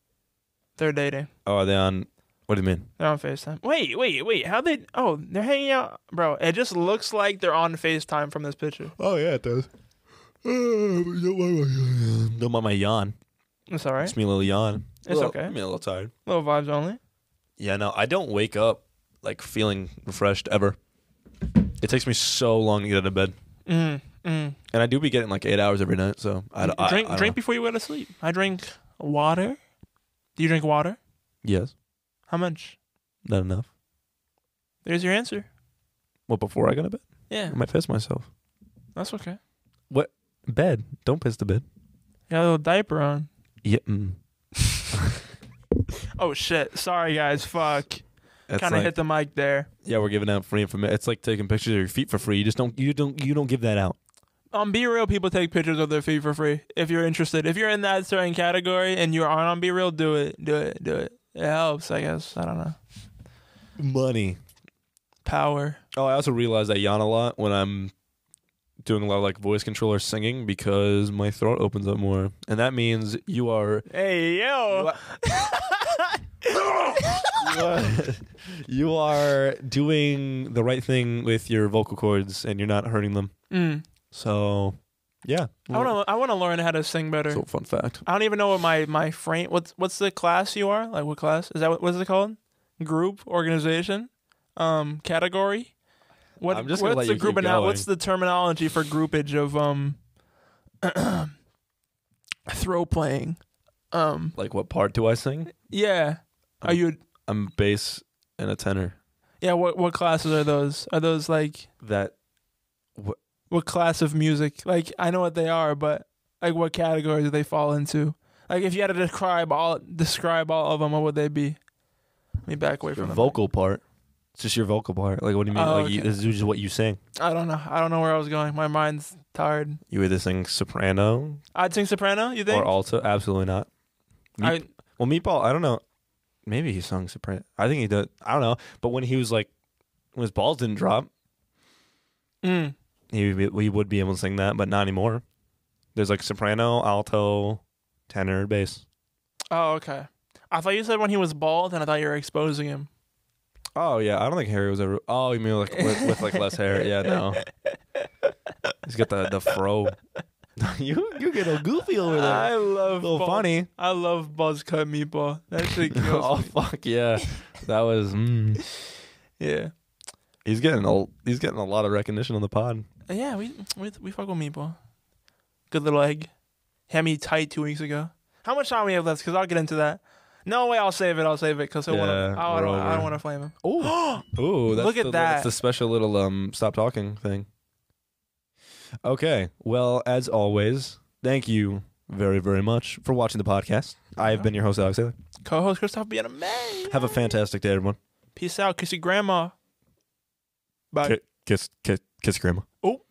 They're dating. Oh, are they on? What do you mean? They're on FaceTime. Wait, wait, wait. How they? Oh, they're hanging out, bro. It just looks like they're on FaceTime from this picture. Oh yeah, it does. Don't mind my yawn. It's all right. It's me a little yawn. It's Little- okay. I'm a little tired. Little vibes only. Yeah, no, I don't wake up like feeling refreshed ever. It takes me so long to get out of bed, Mm, mm. and I do be getting like eight hours every night. So I, don't- I drink, I don't drink know. before you go to sleep. I drink water. Do you drink water? Yes, How much? not enough. There's your answer. Well, before I go to bed, Yeah, I might piss myself. that's okay. Bed, don't piss the bed. Got a little diaper on. Yeah, mm. Oh shit! Sorry guys. Fuck. That's Kind of like- hit the mic there. Yeah, we're giving out free information. It's like taking pictures of your feet for free. You just don't. You don't. You don't give that out. On Be Real, people take pictures of their feet for free. If you're interested, if you're in that certain category and you aren't on Be Real, do it. Do it. Do it. It helps, I guess. I don't know. Money. Power. Oh, I also realize I yawn a lot when I'm doing a lot of like voice control or singing because my throat opens up more, and that means you are *laughs* *laughs* Hey yo. you are, you are doing the right thing with your vocal cords, and you're not hurting them. Mm. So, yeah. I want to. I want to learn how to sing better. So fun fact. I don't even know what my my frame. What's what's the class you are? Like what class is that? What, what's it called? Group, organization, um, category. What I'm just gonna what's let the you group keep ana- going. What's the terminology for groupage of um, *clears throat* throw playing? Um, Like, what part do I sing? yeah. Are you? I'm bass and a tenor. Yeah. What what classes are those? Are those like That what class of music? Like I know what they are, but like what category do they fall into? Like if you had to describe all describe all of them, what would they be? Let me back away your from the mic. vocal part. It's just your vocal part. Like, what do you mean? Oh, like, you, okay. this is just what you sing. I don't know. I don't know where I was going. My mind's tired. You either sing soprano I'd sing soprano. You think? or alto. Absolutely not. Meat- I, well, Meatball, I don't know. Maybe he sung soprano. I think he did. I don't know. But when he was like, when his balls didn't drop, mm, he would be, he would be able to sing that, but not anymore. There's like soprano, alto, tenor, bass. oh, okay. I thought you said when he was bald, and I thought you were exposing him. Oh yeah, I don't think Harry was ever. Oh, you mean like with, with like less hair? Yeah, no. He's got the the fro. *laughs* you you get a goofy over there. I love Little buzz- funny. I love buzz cut meatball. That shit kills *laughs* oh me. fuck yeah, that was. Mm. Yeah, He's getting a he's getting a lot of recognition on the pod. yeah. We we we fuck with meatball. Good little egg. Had me tight two weeks ago. How much time we have left? Because I'll get into that. No way. I'll save it. I'll save it. Because I want Yeah, to. I we're don't. I over. don't want to flame him. Oh, ooh, that's Look at the, that. That's the special little um stop talking thing. Okay, well as always, thank you very very much for watching the podcast. I have been your host Alex Taylor. Co-host Christoph Bienname. Have a fantastic day, everyone. Peace out. Kiss your grandma. Bye. Ki- Kiss kiss kiss your grandma. Oh.